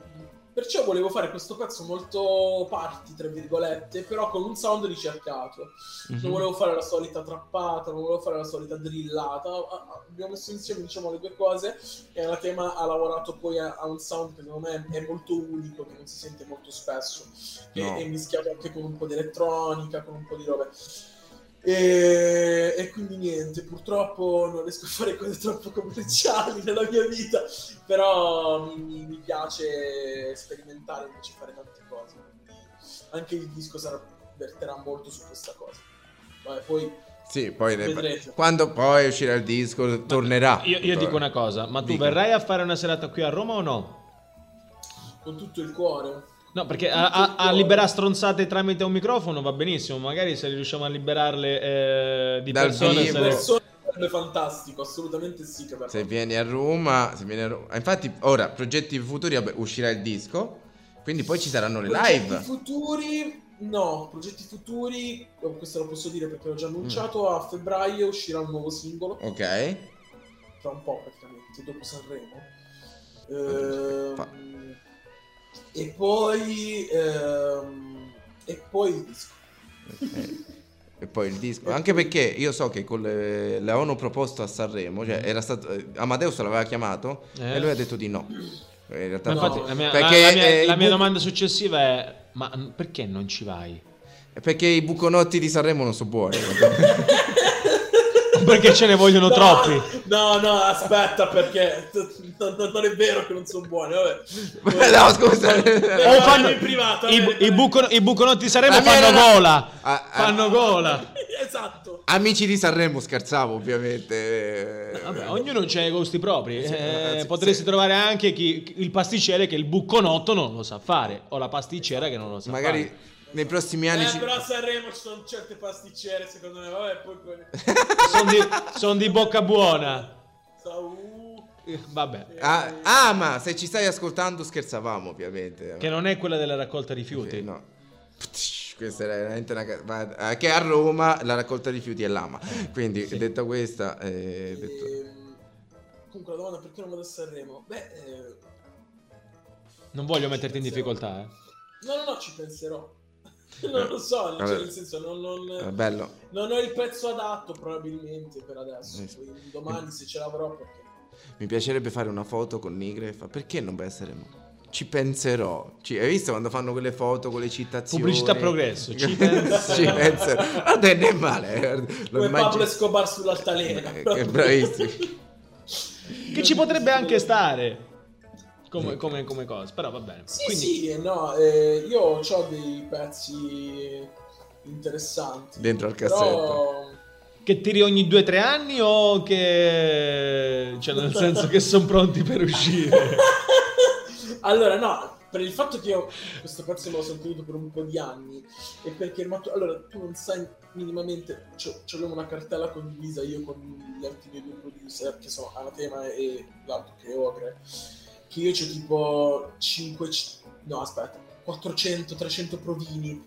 G: perciò volevo fare questo pezzo molto party, tra virgolette, però con un sound ricercato.
B: Mhm.
G: Non volevo fare la solita trappata, non volevo fare la solita drillata. A- a- Abbiamo messo insieme, diciamo, le due cose e la tema ha lavorato poi a, a un sound che secondo me è molto unico, che non si sente molto spesso, che
B: No.
G: è mischiato anche con un po' di elettronica, con un po' di robe. E, e quindi niente, purtroppo non riesco a fare cose troppo commerciali nella mia vita, però mi, mi- mi piace sperimentare, mi piace fare tante cose, quindi anche il disco sarà, verterà molto su questa cosa. Vabbè, poi
B: Sì, poi ne-
G: Vedrete.
B: quando poi uscirà il disco tornerà.
C: Io, io dico una cosa, ma tu
B: Dico.
C: verrai a fare una serata qui a Roma o no?
G: con tutto il cuore.
C: No, perché a, a- a liberare stronzate tramite un microfono va benissimo, magari se riusciamo a liberarle eh, di
B: Dal
C: persone
B: vivo.
C: se
G: Una
C: le-
G: persona sarebbe fantastico, assolutamente sì. Che
B: Se vieni a Roma, se vieni a Roma. Infatti, ora, progetti futuri, vabbè, uscirà il disco. Quindi poi ci saranno le
G: progetti
B: live.
G: futuri, no, progetti futuri, eh, questo lo posso dire perché l'ho
B: Mm.
G: già annunciato, a febbraio uscirà un nuovo singolo,
B: Ok. Eh,
G: tra un po' praticamente, dopo Sanremo. Ehm,
B: Eh, Fa-
G: e poi ehm, e poi il disco.
B: E poi il disco, anche perché io so che con le- l'avevano proposto a Sanremo, cioè era stato, eh, Amadeus l'aveva chiamato
C: Mm. Eh.
B: e lui ha detto di no. Eh, In realtà
C: Ma
B: no.
C: infatti, la mia,
B: Perché,
C: la- la mia-
B: eh,
C: la
B: il
C: mia
B: bu-
C: domanda successiva è: ma n- perché non ci vai?
B: eh, Perché i buconotti di Sanremo non sono buoni.
C: Perché ce ne vogliono
G: No,
C: troppi?
G: No, no, aspetta perché t- t- no, non è vero che non sono buoni. Vabbè.
B: no, scusa.
F: O
G: Eh, parlo
F: fanno-
G: in privato,
F: i,
G: vabbè.
F: i buco- i buconotti
B: La
F: Saremo
B: mia
F: fanno
B: era-
F: gola.
B: Ah, ah.
F: fanno gola.
G: esatto.
B: Amici di Sanremo, scherzavo ovviamente. Eh,
C: Vabbè, ognuno c'ha i gusti propri.
B: Sì,
C: eh,
B: sì,
C: potresti
B: sì.
C: trovare anche chi- chi- il pasticcere che il bucconotto non lo sa fare, o la pasticcera che non lo sa
B: Magari
C: fare.
B: nei prossimi anni...
G: Eh,
B: ci-
G: però a Sanremo ci sono certe pasticcere, secondo me. Vabbè, poi quelle.
C: Sono di, son di bocca buona.
G: Sau-
C: Eh, Vabbè,
B: Ah,
G: ehm,
B: ah, ma se ci stai ascoltando scherzavamo ovviamente.
C: che non è quella della raccolta rifiuti.
B: Sì, no. Ptsh, Questa era veramente una ca- ma- eh, che a Roma la raccolta rifiuti è l'ama. Quindi, detta questa, eh, detto-
G: Ehm, comunque la domanda perché non vado a Sanremo? Beh, eh,
C: Non voglio metterti in difficoltà, eh.
G: no, no, no, ci penserò. non lo so,
B: Eh,
G: cioè,
B: vabbè.
G: nel senso, non, non-
B: è bello.
G: non ho il pezzo adatto probabilmente per adesso.
B: Eh.
G: Poi domani se ce l'avrò perché.
B: Mi piacerebbe fare una foto con Nigre. e fa, perché non può essere? Ci penserò. Ci- hai visto quando fanno quelle foto con le citazioni?
C: Pubblicità progresso, ci penserò.
B: Ci penserò. Guarda, non è male. eh. Lo
G: Come Pablo
B: immagino-
G: Escobar sull'altalena.
B: Eh, che bravissimo.
C: Che ci potrebbe anche stare. Come, come- come cosa, però va bene.
G: Sì,
C: Quindi-
G: sì, eh, no, eh, io ho dei pezzi interessanti.
B: Dentro al
G: Però...
C: Che tiri ogni 2-3 anni o che... Cioè nel senso che sono pronti per uscire.
G: allora, no, per il fatto che io questo pezzo me lo sono tenuto per un po' di anni e perché il matto... Allora, tu non sai minimamente... c'ho- C'avevo una cartella condivisa io con gli altri miei due producer, che sono Anatema e l'altro che è Ogre, che io c'ho tipo 5... No, aspetta, 400-300 provini,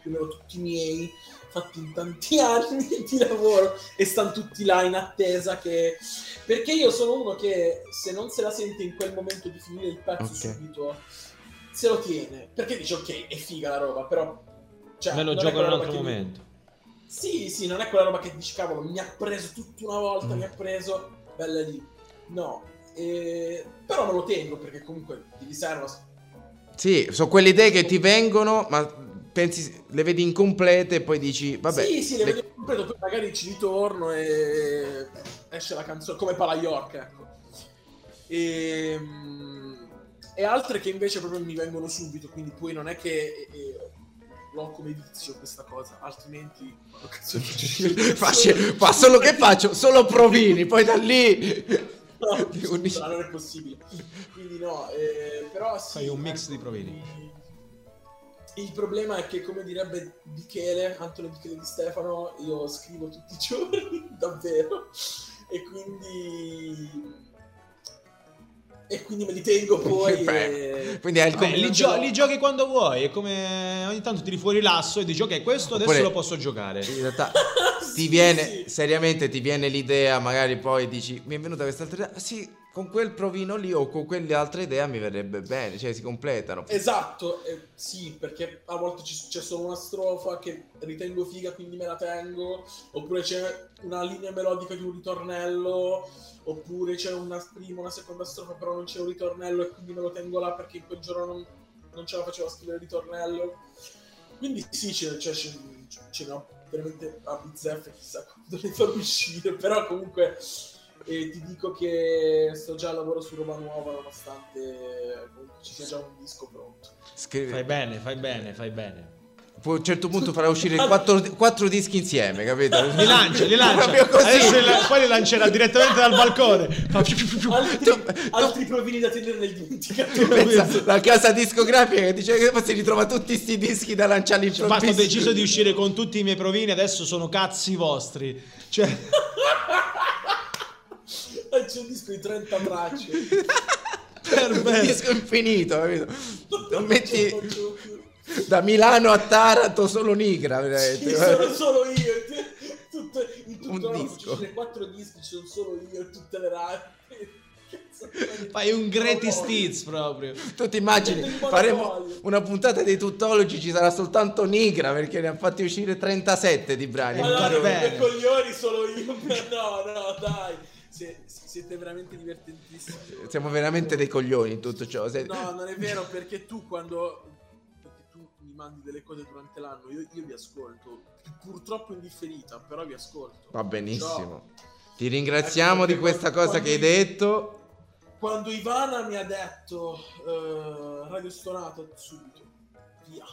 G: più o meno tutti miei, fatti in tanti anni di lavoro e stanno tutti là in attesa che perché io sono uno che se non se la sente in quel momento di finire il pezzo
B: Ok.
G: subito se lo tiene perché dice ok è figa la roba però cioè,
C: Me lo
G: non è
C: gioco in
G: quella
C: un
G: roba
C: altro
G: che mi-
C: momento.
G: sì sì non è quella roba che dici cavolo mi ha preso tutta una volta mi ha
C: Mm.
G: preso bella lì no eh, però me lo tengo perché comunque ti riserva
B: Sì, sono quelle idee che ti vengono, ma pensi, le vedi incomplete e poi dici, vabbè.
G: sì sì le
B: le-
G: vedo completo poi magari ci ritorno e esce la canzone come Pala York ecco e, e altre che invece proprio mi vengono subito quindi poi non è che eh, l'ho come vizio questa cosa altrimenti quando cazzo ci-
B: Faccio, fa solo che faccio, solo provini, poi da lì... Eh,
G: No,
B: Ti unisci.
G: scusa, non è possibile. Quindi no, eh, però sì,
C: Fai un mix
G: ecco,
C: di provini.
G: Il problema è che, come direbbe Michele, Antonio Michele Di Stefano, io scrivo tutti i giorni, davvero. E quindi... E quindi me li tengo poi.
B: Beh,
G: e-
B: Quindi è il
F: Vabbè,
B: com-
F: li, gio- li giochi quando vuoi. È come ogni tanto tiri fuori l'asso e dici: Ok, questo adesso
B: Oppure-
F: lo posso giocare.
B: In realtà ti
G: Sì,
B: viene,
G: sì.
B: seriamente ti viene l'idea, magari poi dici, mi è venuta quest'altra idea, sì, con quel provino lì o con quell'altra idea mi verrebbe bene, cioè si completano.
G: Esatto, eh, sì, perché a volte ci- c'è solo una strofa che ritengo figa, quindi me la tengo, oppure c'è una linea melodica di un ritornello, oppure c'è una prima, una seconda strofa, però non c'è un ritornello e quindi me lo tengo là perché in quel giorno non, non ce la facevo a scrivere il ritornello. Quindi sì, c'è, c'è, c'è, ce ne ho veramente a bizzeffe, chissà quando le farò uscire, però comunque eh, ti dico che sto già a lavoro su roba nuova nonostante eh, comunque ci sia già un disco pronto.
B: Scrivi.
C: Fai bene, fai bene, fai bene.
B: Poi a un certo punto farà uscire quattro, quattro dischi insieme, capito?
F: Li lancia, li lancia.
B: Proprio così.
F: Adesso la- poi li lancerà direttamente dal balcone. Fa piu piu più più.
G: Altri,
B: tu-
G: altri provini da tenere nel dimenticatore.
B: Pensa, la casa discografica che dice che poi si ritrova tutti questi dischi da lanciare
F: Cioè, basta, ho
B: all'improvviso.
F: deciso di uscire con tutti i miei provini, adesso sono cazzi vostri. Cioè,
G: C'è un disco di 30 tracce.
B: un disco infinito, capito? Non metti
G: Non ce la faccio più.
B: da Milano a Taranto solo Nigra, veramente.
G: Ci sono solo io. e te- Tutte, in
B: Eh, Un
G: tutto l'anno
B: disco.
G: ci sono quattro dischi, ci sono solo io e tutte le rate.
H: Fai un greatest hits proprio.
B: Tu ti immagini, faremo una puntata dei tuttologi, ci sarà soltanto Nigra perché ne ha fatti uscire 37 di brani. Cioè,
G: Allora,
H: Carbene.
G: che coglioni sono io. No, no, dai. Se- siete veramente divertentissimi.
B: Siamo veramente dei coglioni in tutto ciò. Se-
G: No, non è vero perché tu quando perché tu mi mandi delle cose durante l'anno, io, io vi ascolto. Purtroppo indifferita, però vi ascolto.
B: Va benissimo.
G: Ciao. Ecco,
B: Ti ringraziamo di questa cosa che hai detto.
G: Quando Ivana mi ha detto eh, Radio Stonato subito. Via.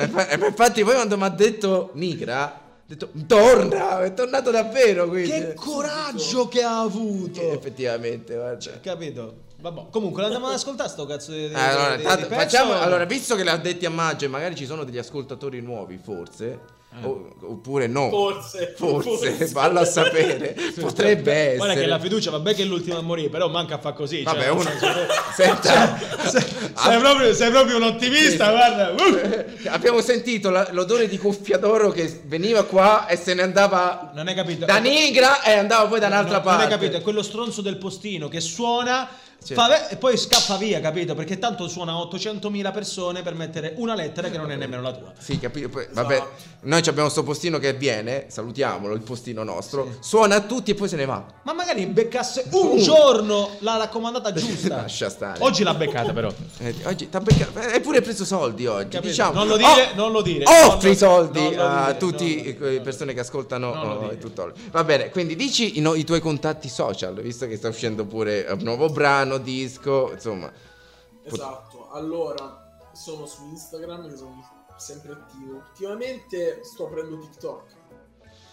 B: E fa- e infatti poi quando mi ha detto Nigra, ho detto torna, è tornato davvero. Quindi.
H: Che coraggio che ha
B: Eh,
H: avuto!
B: Effettivamente,
C: Cioè,
B: guarda.
H: Capito? Vabbè, comunque l'andiamo ad ascoltare sto cazzo di, di-
B: Eh, Allora,
H: di-
B: tanto
H: di pezzo?
B: facciamo, allora, visto che l'ha detti a maggio e magari ci sono degli ascoltatori nuovi, forse, o- oppure no,
G: Forse,
B: forse,
G: forse.
B: fallo a sapere, potrebbe
C: certo. Guarda
B: essere.
C: che la fiducia, vabbè che è l'ultima a morire, però manca a fa così.
B: Vabbè,
C: cioè,
B: uno...
C: nel senso- Cioè,
B: Senta,
C: sei, proprio, sei proprio un ottimista, guarda. Uh!
B: abbiamo sentito la- l'odore di cuffia d'oro che veniva qua e se ne andava
C: Non hai capito?
B: da Nigra e andava poi da un'altra
C: non,
B: parte.
C: Non hai capito? È quello stronzo del postino che suona
B: Sì.
C: fa ve- e poi scappa via, capito? Perché tanto suona 800.000 persone per mettere una lettera che non è nemmeno la tua.
B: Sì, capito. Poi,
C: Esatto.
B: Vabbè, noi abbiamo sto postino che viene, salutiamolo, il postino nostro, suona a tutti e poi se ne va.
C: Ma magari beccasse un giorno la raccomandata giusta.
B: Uh. Lascia stare.
C: Oggi l'ha beccata, però.
B: Eh, oggi t'ha beccato- eh, hai pure preso soldi oggi.
C: Capito?
B: Diciamo.
C: Non lo dire,
B: Oh,
C: non lo dire.
B: Offri
C: Non lo-
B: soldi
C: non lo
B: a
C: dire,
B: tutti
C: non lo
B: le
C: dire, non lo
B: persone che ascoltano
C: Non lo
B: oh,
C: dire.
B: tutto. Va bene, quindi dici i, no- i tuoi contatti social, visto che sta uscendo pure un nuovo brano, disco, insomma. Pot-
G: Esatto, allora sono su Instagram che sono sempre attivo. Ultimamente sto aprendo TikTok.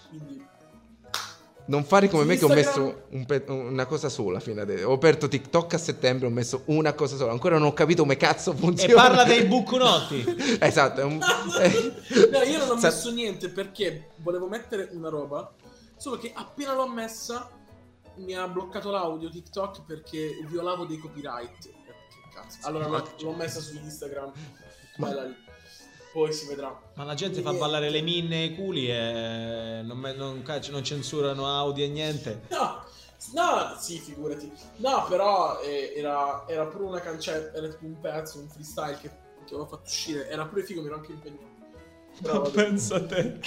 G: Quindi
B: Non fare come
G: Su
B: me che ho
G: Instagram-
B: messo un pe- una cosa sola fino adesso. Ho aperto TikTok a settembre, ho messo una cosa sola. Ancora non ho capito come cazzo
C: E
B: funziona.
C: parla dei bucconotti.
B: Esatto, è un...
G: no, io non ho
B: Sa-
G: messo niente perché volevo mettere una roba, solo che appena l'ho messa mi ha bloccato l'audio TikTok perché violavo dei copyright. Eh, Che cazzo. Allora l'ho, l'ho messa su Instagram. Bella lì. Poi si vedrà.
C: Ma la gente
B: Eh.
C: fa ballare le minne e i culi e non, me- non cac- non censurano audio e niente.
G: No, no, sì, figurati. No, però eh, era, era pure una cancella, era tipo un pezzo, un freestyle che, che avevo fatto uscire. Era pure figo, mi ero anche impegnato. Però vabbè.
C: Pensa a te.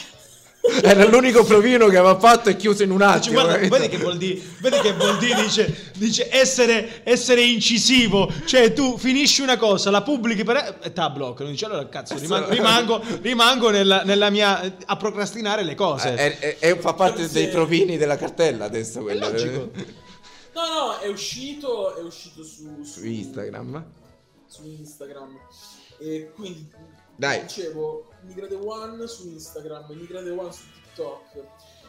B: Era l'unico provino che aveva fatto e chiuso in un
C: Cioè,
B: attimo.
C: guarda,
B: capito?
C: vedi che vuol dire, vedi che vuol dire, dice, dice essere, essere incisivo. Cioè, tu finisci una cosa, la pubblichi per. e ta blocca. Dice, allora
B: Eh,
C: cazzo, rimango, rimango, rimango nella, nella mia. eh, a procrastinare le cose.
B: Eh, eh, eh, fa parte
G: Sì.
B: dei provini della cartella adesso quello.
C: logico.
G: No, no, è uscito, è uscito su,
B: Su Instagram.
G: su Instagram. E quindi
B: Dai.
G: dicevo Migra The One su Instagram, Migra The One su TikTok,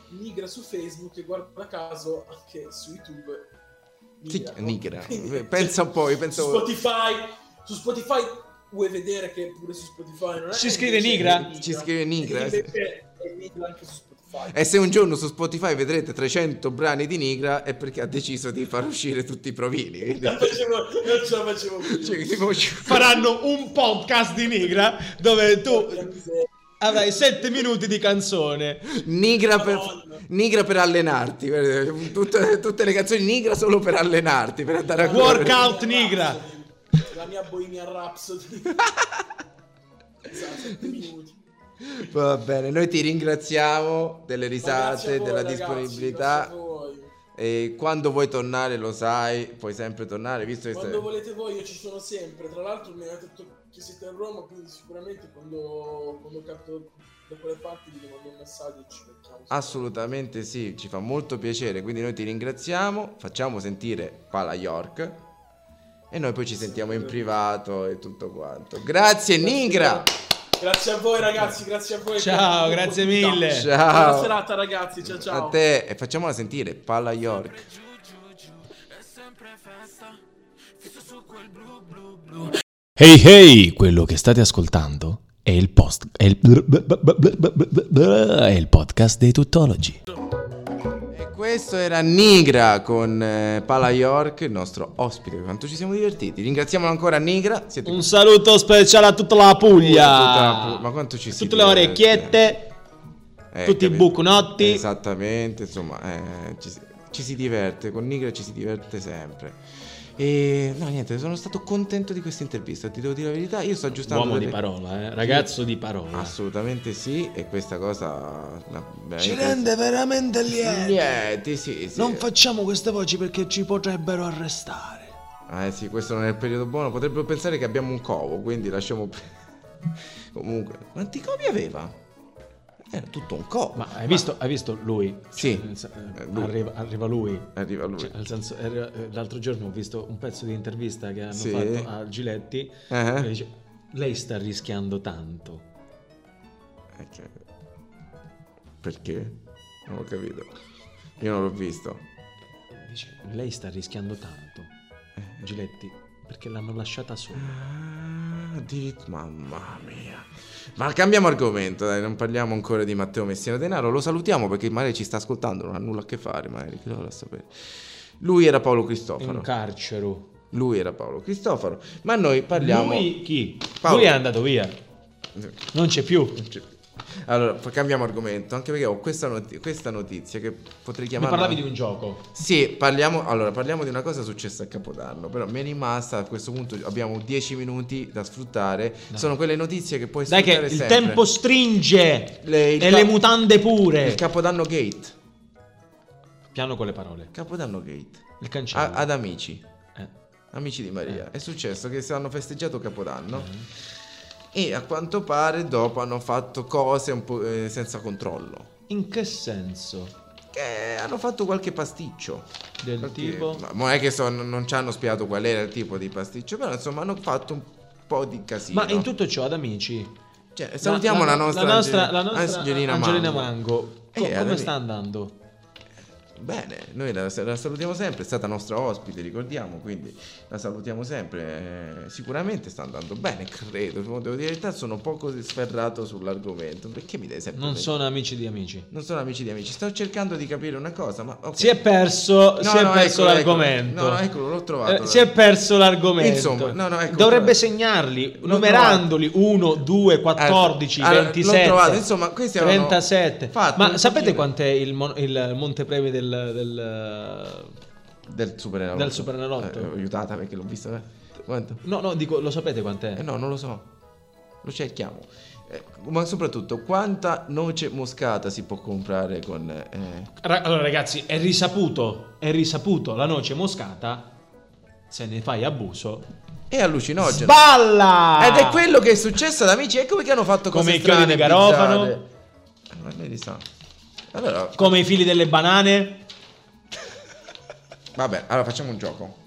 G: Migra su Facebook e guarda caso anche su YouTube.
B: Sì,
G: no?
B: Nigra.
G: Quindi-
B: Pensa un po', io penso-
G: Su Spotify, su Spotify vuoi vedere che pure su Spotify non è
C: Si scrive
G: invece
C: Nigra?
G: è
B: Ci scrive Nigra. Eh,
G: Invece è Nigra anche su Spotify.
B: E se un giorno su Spotify vedrete 300 brani di Nigra è perché ha deciso di far uscire tutti i provini. quindi-
G: Non facevo- non ce la facevo più.
B: Cioè, tipo-
C: Faranno un podcast di Nigra dove tu
G: Porca miseria.
C: avrai 7 minuti di canzone.
B: Nigra per,
G: Madonna.
B: Nigra per allenarti. guarda, Tutte, tutte le canzoni Nigra solo per allenarti, per andare a correre.
C: Workout
G: La mia
C: Nigra.
G: Rhapsody. La mia Bohemian Rhapsody. Esatto, sette minuti.
B: Va bene, noi ti ringraziamo delle
G: Ma grazie
B: risate,
G: a voi,
B: della
G: ragazzi,
B: disponibilità.
G: grazie a voi.
B: E quando vuoi tornare, lo sai, puoi sempre tornare, visto che
G: Quando
B: sei-
G: volete voi io ci sono sempre. Tra l'altro mi ha detto che siete a Roma, quindi sicuramente quando, quando capito da quelle parti vi mando un messaggio e ci becchiamo.
B: Ah. assolutamente sì, ci fa molto piacere. Quindi noi ti ringraziamo, facciamo sentire Pala York e noi poi ci sentiamo in privato e tutto quanto. Grazie Nigra.
G: Grazie a voi ragazzi, grazie a voi.
C: Ciao,
G: per
C: grazie
G: l'opportunità.
C: mille.
B: Ciao.
G: Buona serata ragazzi, ciao ciao.
B: A te e facciamola sentire Pala York.
A: Hey hey, quello che state ascoltando è il post è il, è il podcast dei tuttologi.
B: E questo era Nigra con eh, Pala York, il nostro ospite. Quanto ci siamo divertiti. Ringraziamo ancora Nigra. Siete
C: Un saluto speciale a tutta la Puglia.
B: Tutta la Pu- ma quanto ci si
C: Tutte le
B: diverte?
C: orecchiette.
B: Eh,
C: Tutti i
B: capito?
C: buconotti.
B: Esattamente, insomma, eh, ci, si- ci si diverte, con Nigra ci si diverte sempre. E no, niente, sono stato contento di questa intervista, ti devo dire la verità. Io sto aggiustando.
C: Uomo di
B: delle-
C: parola, eh? ragazzo di parola.
B: Assolutamente Ah, sì, e questa cosa la-
F: Ci
B: veramente-
F: rende veramente lieti.
B: Niente, sì, sì.
F: Non facciamo queste voci perché ci potrebbero arrestare.
B: Ah, eh sì, questo non è il periodo buono. Potrebbero pensare che abbiamo un covo, quindi lasciamo. Comunque, quanti covi aveva? Era tutto un covo.
C: Ma hai visto, hai visto lui?
B: Sì.
C: nel sen-
B: Eh, lui.
C: Arriva, arriva lui.
B: Arriva lui.
C: Cioè, nel senso, era- eh, l'altro giorno ho visto un pezzo di intervista che hanno
B: Sì.
C: fatto a Giletti.
B: Eh.
C: e dice, lei sta rischiando tanto.
B: Eh, che- Perché? Non ho capito. Io non l'ho visto.
C: Dice, lei sta rischiando tanto.
B: Eh.
C: Giletti, perché l'hanno lasciata sola.
B: Ah, addirit- Mamma mia. Ma cambiamo argomento, dai, non parliamo ancora di Matteo Messina Denaro, lo salutiamo perché magari ci sta ascoltando, non ha nulla a che fare, magari chi lo dovrà sapere. Lui era Paolo
C: In un
B: Cristoforo.
C: carcero.
B: Lui era Paolo Cristoforo, ma noi parliamo
C: Lui chi?
B: Paolo.
C: Lui è andato via. Non c'è più.
B: Cioè, Allora, fa- cambiamo argomento, anche perché ho questa, noti- questa notizia che potrei
C: Mi
B: chiamare
C: parlavi di un gioco.
B: Sì, parliamo, allora, parliamo di una cosa successa a Capodanno, però mi è rimasta, a questo punto abbiamo 10 minuti da sfruttare, sono quelle notizie che puoi
F: Dai che
B: sfruttare
F: il
B: sempre.
F: tempo stringe
B: Le- il
F: e
B: ca-
F: le mutande pure.
B: Il Capodanno Gate.
C: Piano con le parole.
B: Capodanno Gate.
C: Il
B: A-
C: cancello.
B: ad amici.
C: Eh.
B: Amici di Maria. È successo che si hanno festeggiato Capodanno.
C: Mm-hmm.
B: E a quanto pare dopo hanno fatto cose un po' eh, senza controllo.
C: In che senso?
B: Che hanno fatto qualche pasticcio.
C: Del
B: Perché-
C: tipo...
B: ma- Ma è che so- non ci hanno spiegato qual era il tipo di pasticcio, però insomma hanno fatto un po' di casino.
C: Ma in tutto ciò, ad amici,
B: Cioè, salutiamo la, nostra,
C: la nostra,
B: Angel-
C: la nostra
B: Angelina,
C: Angelina
B: Mango.
C: Mango. Co-
B: Eh, alla
C: come
B: fine-
C: sta andando?
B: Bene, noi la, la salutiamo sempre, è stata nostra ospite, ricordiamo, quindi la salutiamo sempre. eh, sicuramente sta andando bene, credo. Devo dire la verità, sono poco sferrato sull'argomento. Perché mi dai sempre...
C: Non
B: le-
C: sono amici di amici.
B: non sono amici di amici, sto cercando di capire una cosa, ma... ok.
F: Si è perso,
B: No,
F: si è
B: no,
F: perso
B: eccolo,
F: l'argomento.
B: eccolo. No, no, eccolo, l'ho trovato.
F: Eh, si è perso l'argomento.
B: Insomma, no, no, ecco,
F: Dovrebbe
B: trovato.
F: segnarli, numerandoli 1, 2, 14,
B: allora, l'ho
F: 27.
B: trovato, insomma, questi erano
F: 37.
B: fatti un
F: Ma sapete
B: pochino.
F: quant'è il, mon- il montepremi del, del-
B: Del superenalotto.
F: Del Superenalotto.
B: Eh, aiutata perché l'ho visto. eh. Quanto?
F: No, no, dico, lo sapete quant'è?
B: Eh no, non lo so. Lo cerchiamo. Eh, ma soprattutto, quanta noce moscata si può comprare con... eh,
F: Ra- allora ragazzi, è risaputo, è risaputo la noce moscata se ne fai abuso.
B: È allucinogeno.
F: Balla!
B: Ed è quello che è successo ad amici. Ecco perché hanno fatto cose
F: Ah. Come i chiodi
B: strane,
F: di garofano.
B: bizzarre. Eh, Ma lei li sa. Allora,
F: Come i fili delle banane.
B: vabbè, allora facciamo un gioco.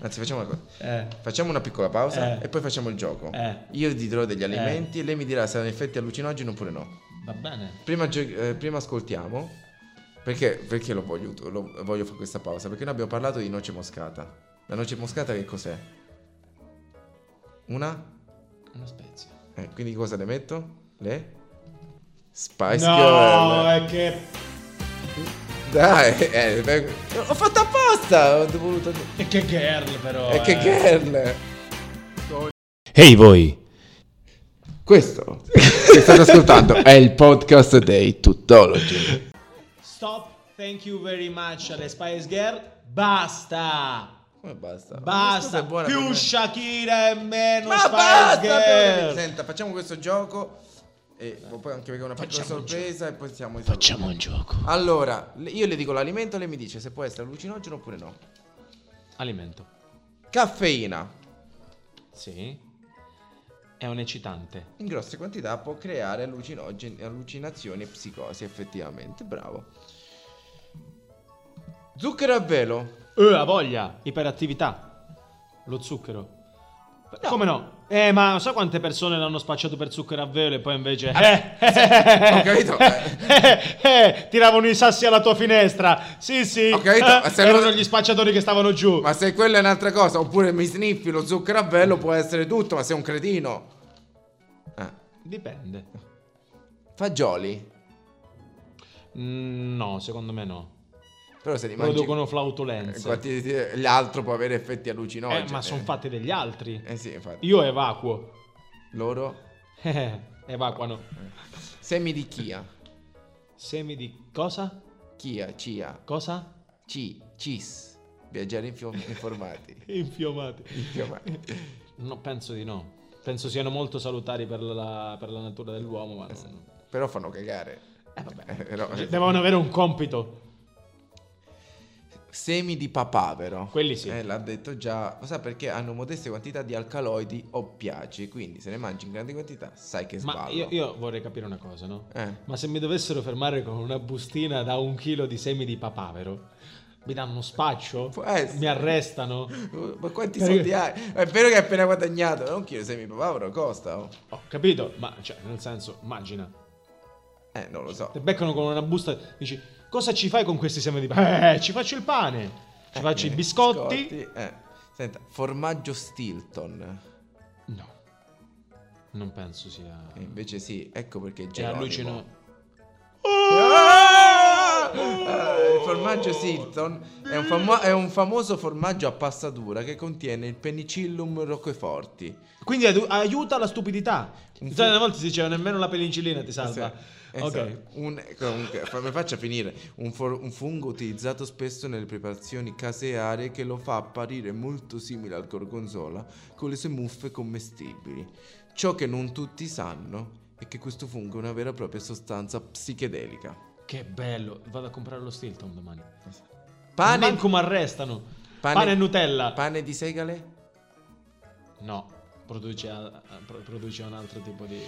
B: Anzi, facciamo una cosa.
F: Eh.
B: Facciamo una piccola pausa
F: Eh.
B: e poi facciamo il gioco.
F: Eh.
B: Io ti dirò degli alimenti e lei mi dirà se hanno effetti allucinogeni oppure no.
F: Va bene.
B: Prima, gio- eh, prima ascoltiamo. Perché, perché lo voglio, lo voglio fare questa pausa? Perché noi abbiamo parlato di noce moscata. La noce moscata che cos'è? Una?
C: Una spezia.
B: Eh, quindi cosa le metto? Le? Spice
F: No,
B: Girl.
F: è che
B: Dai, eh, beh, ho fatto apposta! Ho voluto... E
F: è che girl però. eh.
B: che girl!
A: Ehi voi!
B: Questo che state ascoltando è il podcast dei Tutology.
F: Stop. Thank you very much alle Spice Girl. Basta.
B: Come basta?
F: Basta. Più
B: scienza
F: Shakira e meno
B: Ma
F: Spice
B: basta!
F: Girl.
B: Piero, Senta, facciamo questo gioco. E poi anche perché è una piccola sorpresa e poi siamo in
A: Facciamo un gioco.
B: Allora, le- io le dico l'alimento, lei mi dice se può essere allucinogeno oppure no.
C: Alimento.
B: Caffeina
C: Sì. È un eccitante.
B: in grosse quantità può creare allucinogen- allucinazioni e psicosi, effettivamente, bravo. Zucchero a velo.
F: Eh, ha voglia, iperattività. Lo zucchero. Come no? Eh, ma so quante persone l'hanno spacciato per zucchero a velo e poi invece... Eh,
B: ho capito,
F: eh, eh, tiravano i sassi alla tua finestra. Sì, sì.
B: Ho capito, ma
F: eh,
B: se
F: erano
B: lo-
F: gli spacciatori che stavano giù.
B: Ma se quella è un'altra cosa, oppure mi sniffi lo zucchero a velo, può essere tutto, ma sei un cretino. Ah,
C: Dipende.
B: fagioli.
C: Mm, no, secondo me no.
B: Però se li mangi
C: Producono
B: in
C: flautolenze.
B: quantità- l'altro può avere effetti
C: Eh,
B: allucinogeni.
C: ma sono fatti degli altri.
B: Eh sì, infatti.
C: Io evacuo.
B: Loro
C: Evacuano.
B: semi di chia.
C: Semi di cosa?
B: Chia, chia,
C: Cosa?
B: ci, cis. Viaggiare infio- informati.
F: Infiammati.
B: Infiammati.
C: No, penso di no. Penso siano molto salutari per la, per la natura dell'uomo, ma non-
B: Mm. Però fanno cagare. Eh, Però-
C: Cioè,
F: Devono avere un compito.
B: Semi di papavero.
C: Quelli sì.
B: Eh, l'ha detto già. Lo sa perché hanno modeste quantità di alcaloidi oppiaci, quindi se ne mangi in grandi quantità sai che
C: Ma
B: sballo.
C: io, io vorrei capire una cosa, no?
B: Eh.
C: Ma se mi dovessero fermare con una bustina da un chilo di semi di papavero, mi danno uno spaccio?
B: Può essere.
C: Mi arrestano?
B: Uh, Ma quanti soldi hai? È vero che hai appena guadagnato, non chiedo se mi papavero costa. oh.
C: Ho capito, ma cioè, nel senso, immagina.
B: Eh, non lo so.
C: Ti beccano con una busta, dici, cosa ci fai con questi semi di papavero? Eh, ci faccio il pane, ci faccio i
B: Eh,
C: biscotti.
B: eh. Senta, formaggio Stilton.
C: No, non penso sia...
B: E invece sì, ecco perché
C: È
B: Geronimo.
C: allucinante.
B: Ah! Ah, il formaggio Stilton è un, famo- è un famoso formaggio a pasta dura che contiene il penicillum roqueforti.
F: Quindi adu- aiuta la stupidità.
B: Un
C: Cioè,
F: Sai, una volta si diceva nemmeno la penicillina ti salva.
B: Sì,
F: ok.
B: esatto. Un, comunque, fa- mi faccia finire. Un, for- un fungo utilizzato spesso nelle preparazioni casearie che lo fa apparire molto simile al gorgonzola con le sue muffe commestibili. Ciò che non tutti sanno è che questo fungo è una vera e propria sostanza psichedelica.
C: Che bello, vado a comprare lo Stilton domani.
B: Eh Pane,
C: Manco mi arrestano.
B: Pane-
C: Pane, e Nutella.
B: pane di segale?
C: no, produce, a- a- pro- produce un altro tipo di...
B: Eh.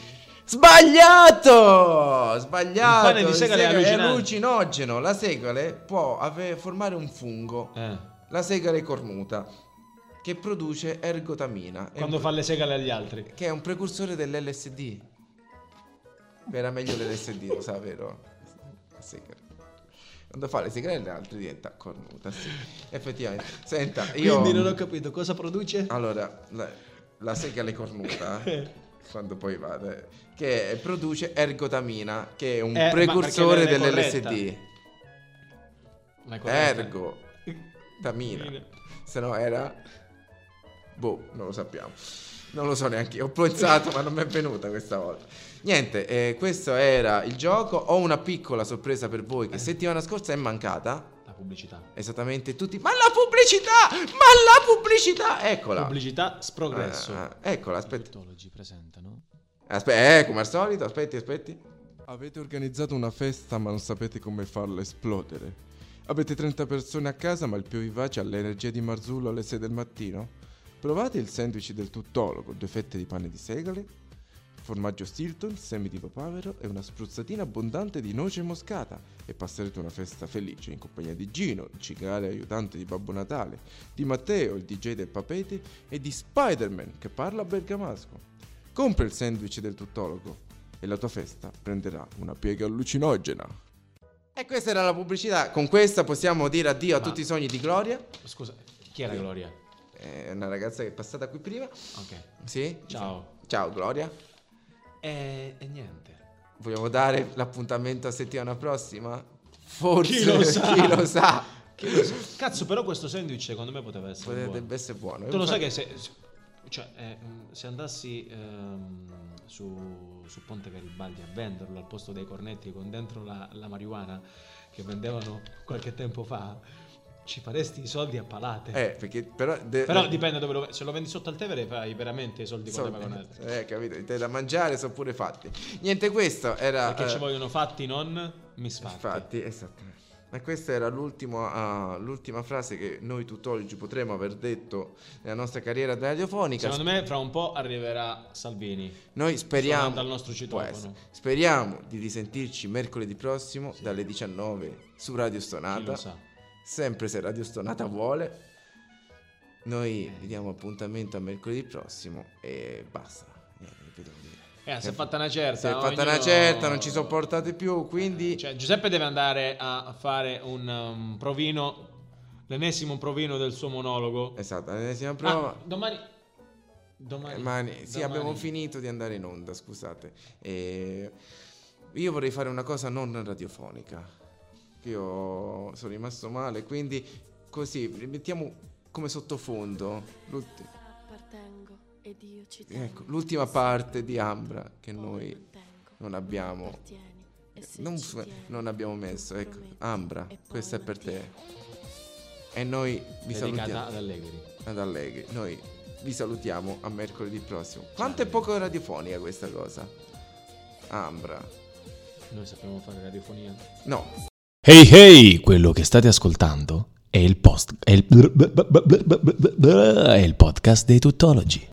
B: Sbagliato! Sbagliato!
C: Il pane di
B: Il
C: segale è
B: è
C: allucinante.
B: allucinogeno. La segale può ave- formare un fungo.
C: Eh,
B: La segale cornuta che produce ergotamina, è
C: quando
B: un-
C: fa le segale agli altri.
B: che è un precursore dell'LSD. Era meglio l'LSD, lo sa, vero? La segale. Quando fa le segale l'altro diventa cornuta, sì. Effettivamente. Senta, io Ah.
F: Quindi non ho capito cosa produce.
B: Allora, la, la segale cornuta quando poi vada che produce ergotamina, che è un
C: Eh, ma
B: precursore
C: perché non è
B: dell'LSD.
C: Ma è corretto.
B: Ergo Tamina. Se no era. Boh, non lo sappiamo. Non lo so neanche. io. Ho pensato, ma non mi è venuta questa volta. Niente, eh, questo era il gioco. Ho una piccola sorpresa per voi
C: Eh.
B: che settimana scorsa è mancata.
C: La pubblicità.
B: Esattamente tutti. Ma la pubblicità! Ma la pubblicità! Eccola.
C: Pubblicità sprogresso.
B: Ah, eccola, aspetta.
A: Tuttologi presentano
B: Aspetta, eh, come al solito, aspetti, aspetti. Avete organizzato una festa ma non sapete come farla esplodere. Avete 30 persone a casa ma il più vivace ha l'energia di Marzullo alle 6 del mattino? Provate il sandwich del tuttologo, due fette di pane di segale, formaggio Stilton, semi di papavero e una spruzzatina abbondante di noce moscata e passerete una festa felice in compagnia di Gino, il cicale aiutante di Babbo Natale, di Matteo, il DJ del papete e di Spider-Man che parla bergamasco. Compra il sandwich del tuttologo e la tua festa prenderà una piega allucinogena. E questa era la pubblicità. Con questa possiamo dire addio a
C: Ma-
B: tutti i sogni di Gloria.
C: Scusa, chi era Gloria?
B: È una ragazza che è passata qui prima.
C: Ok.
B: Sì?
C: Ciao.
B: Ciao Gloria.
C: E, e Eh, niente.
B: Vogliamo dare l'appuntamento a settimana prossima? Forse
C: Chi lo sa?
B: chi lo sa?
C: Che lo so. Cazzo, però questo sandwich secondo me poteva essere buono.
B: Potrebbe essere buono.
C: Tu lo sai che se, se- cioè, eh, mh, se andassi ehm, su, su Ponte Garibaldi a venderlo al posto dei cornetti con dentro la, la marijuana che vendevano qualche tempo fa, ci faresti i soldi a palate.
B: Eh, perché però... de-
C: Però
B: eh,
C: dipende dove lo Se lo vendi sotto al Tevere fai veramente i soldi con
B: so-
C: le vagonette.
B: eh, capito, i tè da mangiare sono pure fatti. Niente, questo era...
C: Perché
B: eh,
C: ci vogliono fatti, non misfatti.
B: Infatti, esattamente. Ma questa era l'ultima, ah, l'ultima frase che noi tutt'oggi potremmo aver detto nella nostra carriera radiofonica.
C: Secondo me fra un po' arriverà Salvini.
B: noi speriamo,
C: suonando al nostro
B: può
C: citofono.
B: essere. speriamo di risentirci mercoledì prossimo dalle 19 su Radio
C: Chi lo
B: Stonata.
C: sa.
B: Sempre se Radio Stonata vuole. Noi vi diamo appuntamento a mercoledì prossimo e basta. Niente, che vi devo dire.
C: Eh, si è fatta una certa.
B: Si è fatta
C: ognuno-
B: una certa, non ci sopportate più, quindi...
C: Cioè, Giuseppe deve andare a fare un um, provino, l'ennesimo provino del suo monologo.
B: Esatto, l'ennesima prova.
C: Ah, domani. Domani.
B: Eh, ma ne- sì,
C: domani.
B: abbiamo finito di andare in onda, scusate. E io vorrei fare una cosa non radiofonica. che Io sono rimasto male, quindi così mettiamo come sottofondo l'ulti-
I: Appartengo ed io ci tengo.
B: ecco, l'ultima parte di Ambra che
I: Poi
B: noi
I: mantengo.
B: non abbiamo
I: Appartieni, e se
B: non,
I: ci tieni,
B: non abbiamo messo.
I: tu
B: Ecco,
I: prometti,
B: Ambra,
I: e poi
B: questa è per te.
I: mantieni.
B: E noi vi
C: dedicata
B: salutiamo
C: ad Allegri.
B: ad Allegri. Noi vi salutiamo a mercoledì prossimo. Quanto è poco radiofonica questa cosa? Ambra.
C: Noi sappiamo fare radiofonia.
B: No,
A: Hey hey, quello che state ascoltando è il post è il, è il podcast dei tuttologi.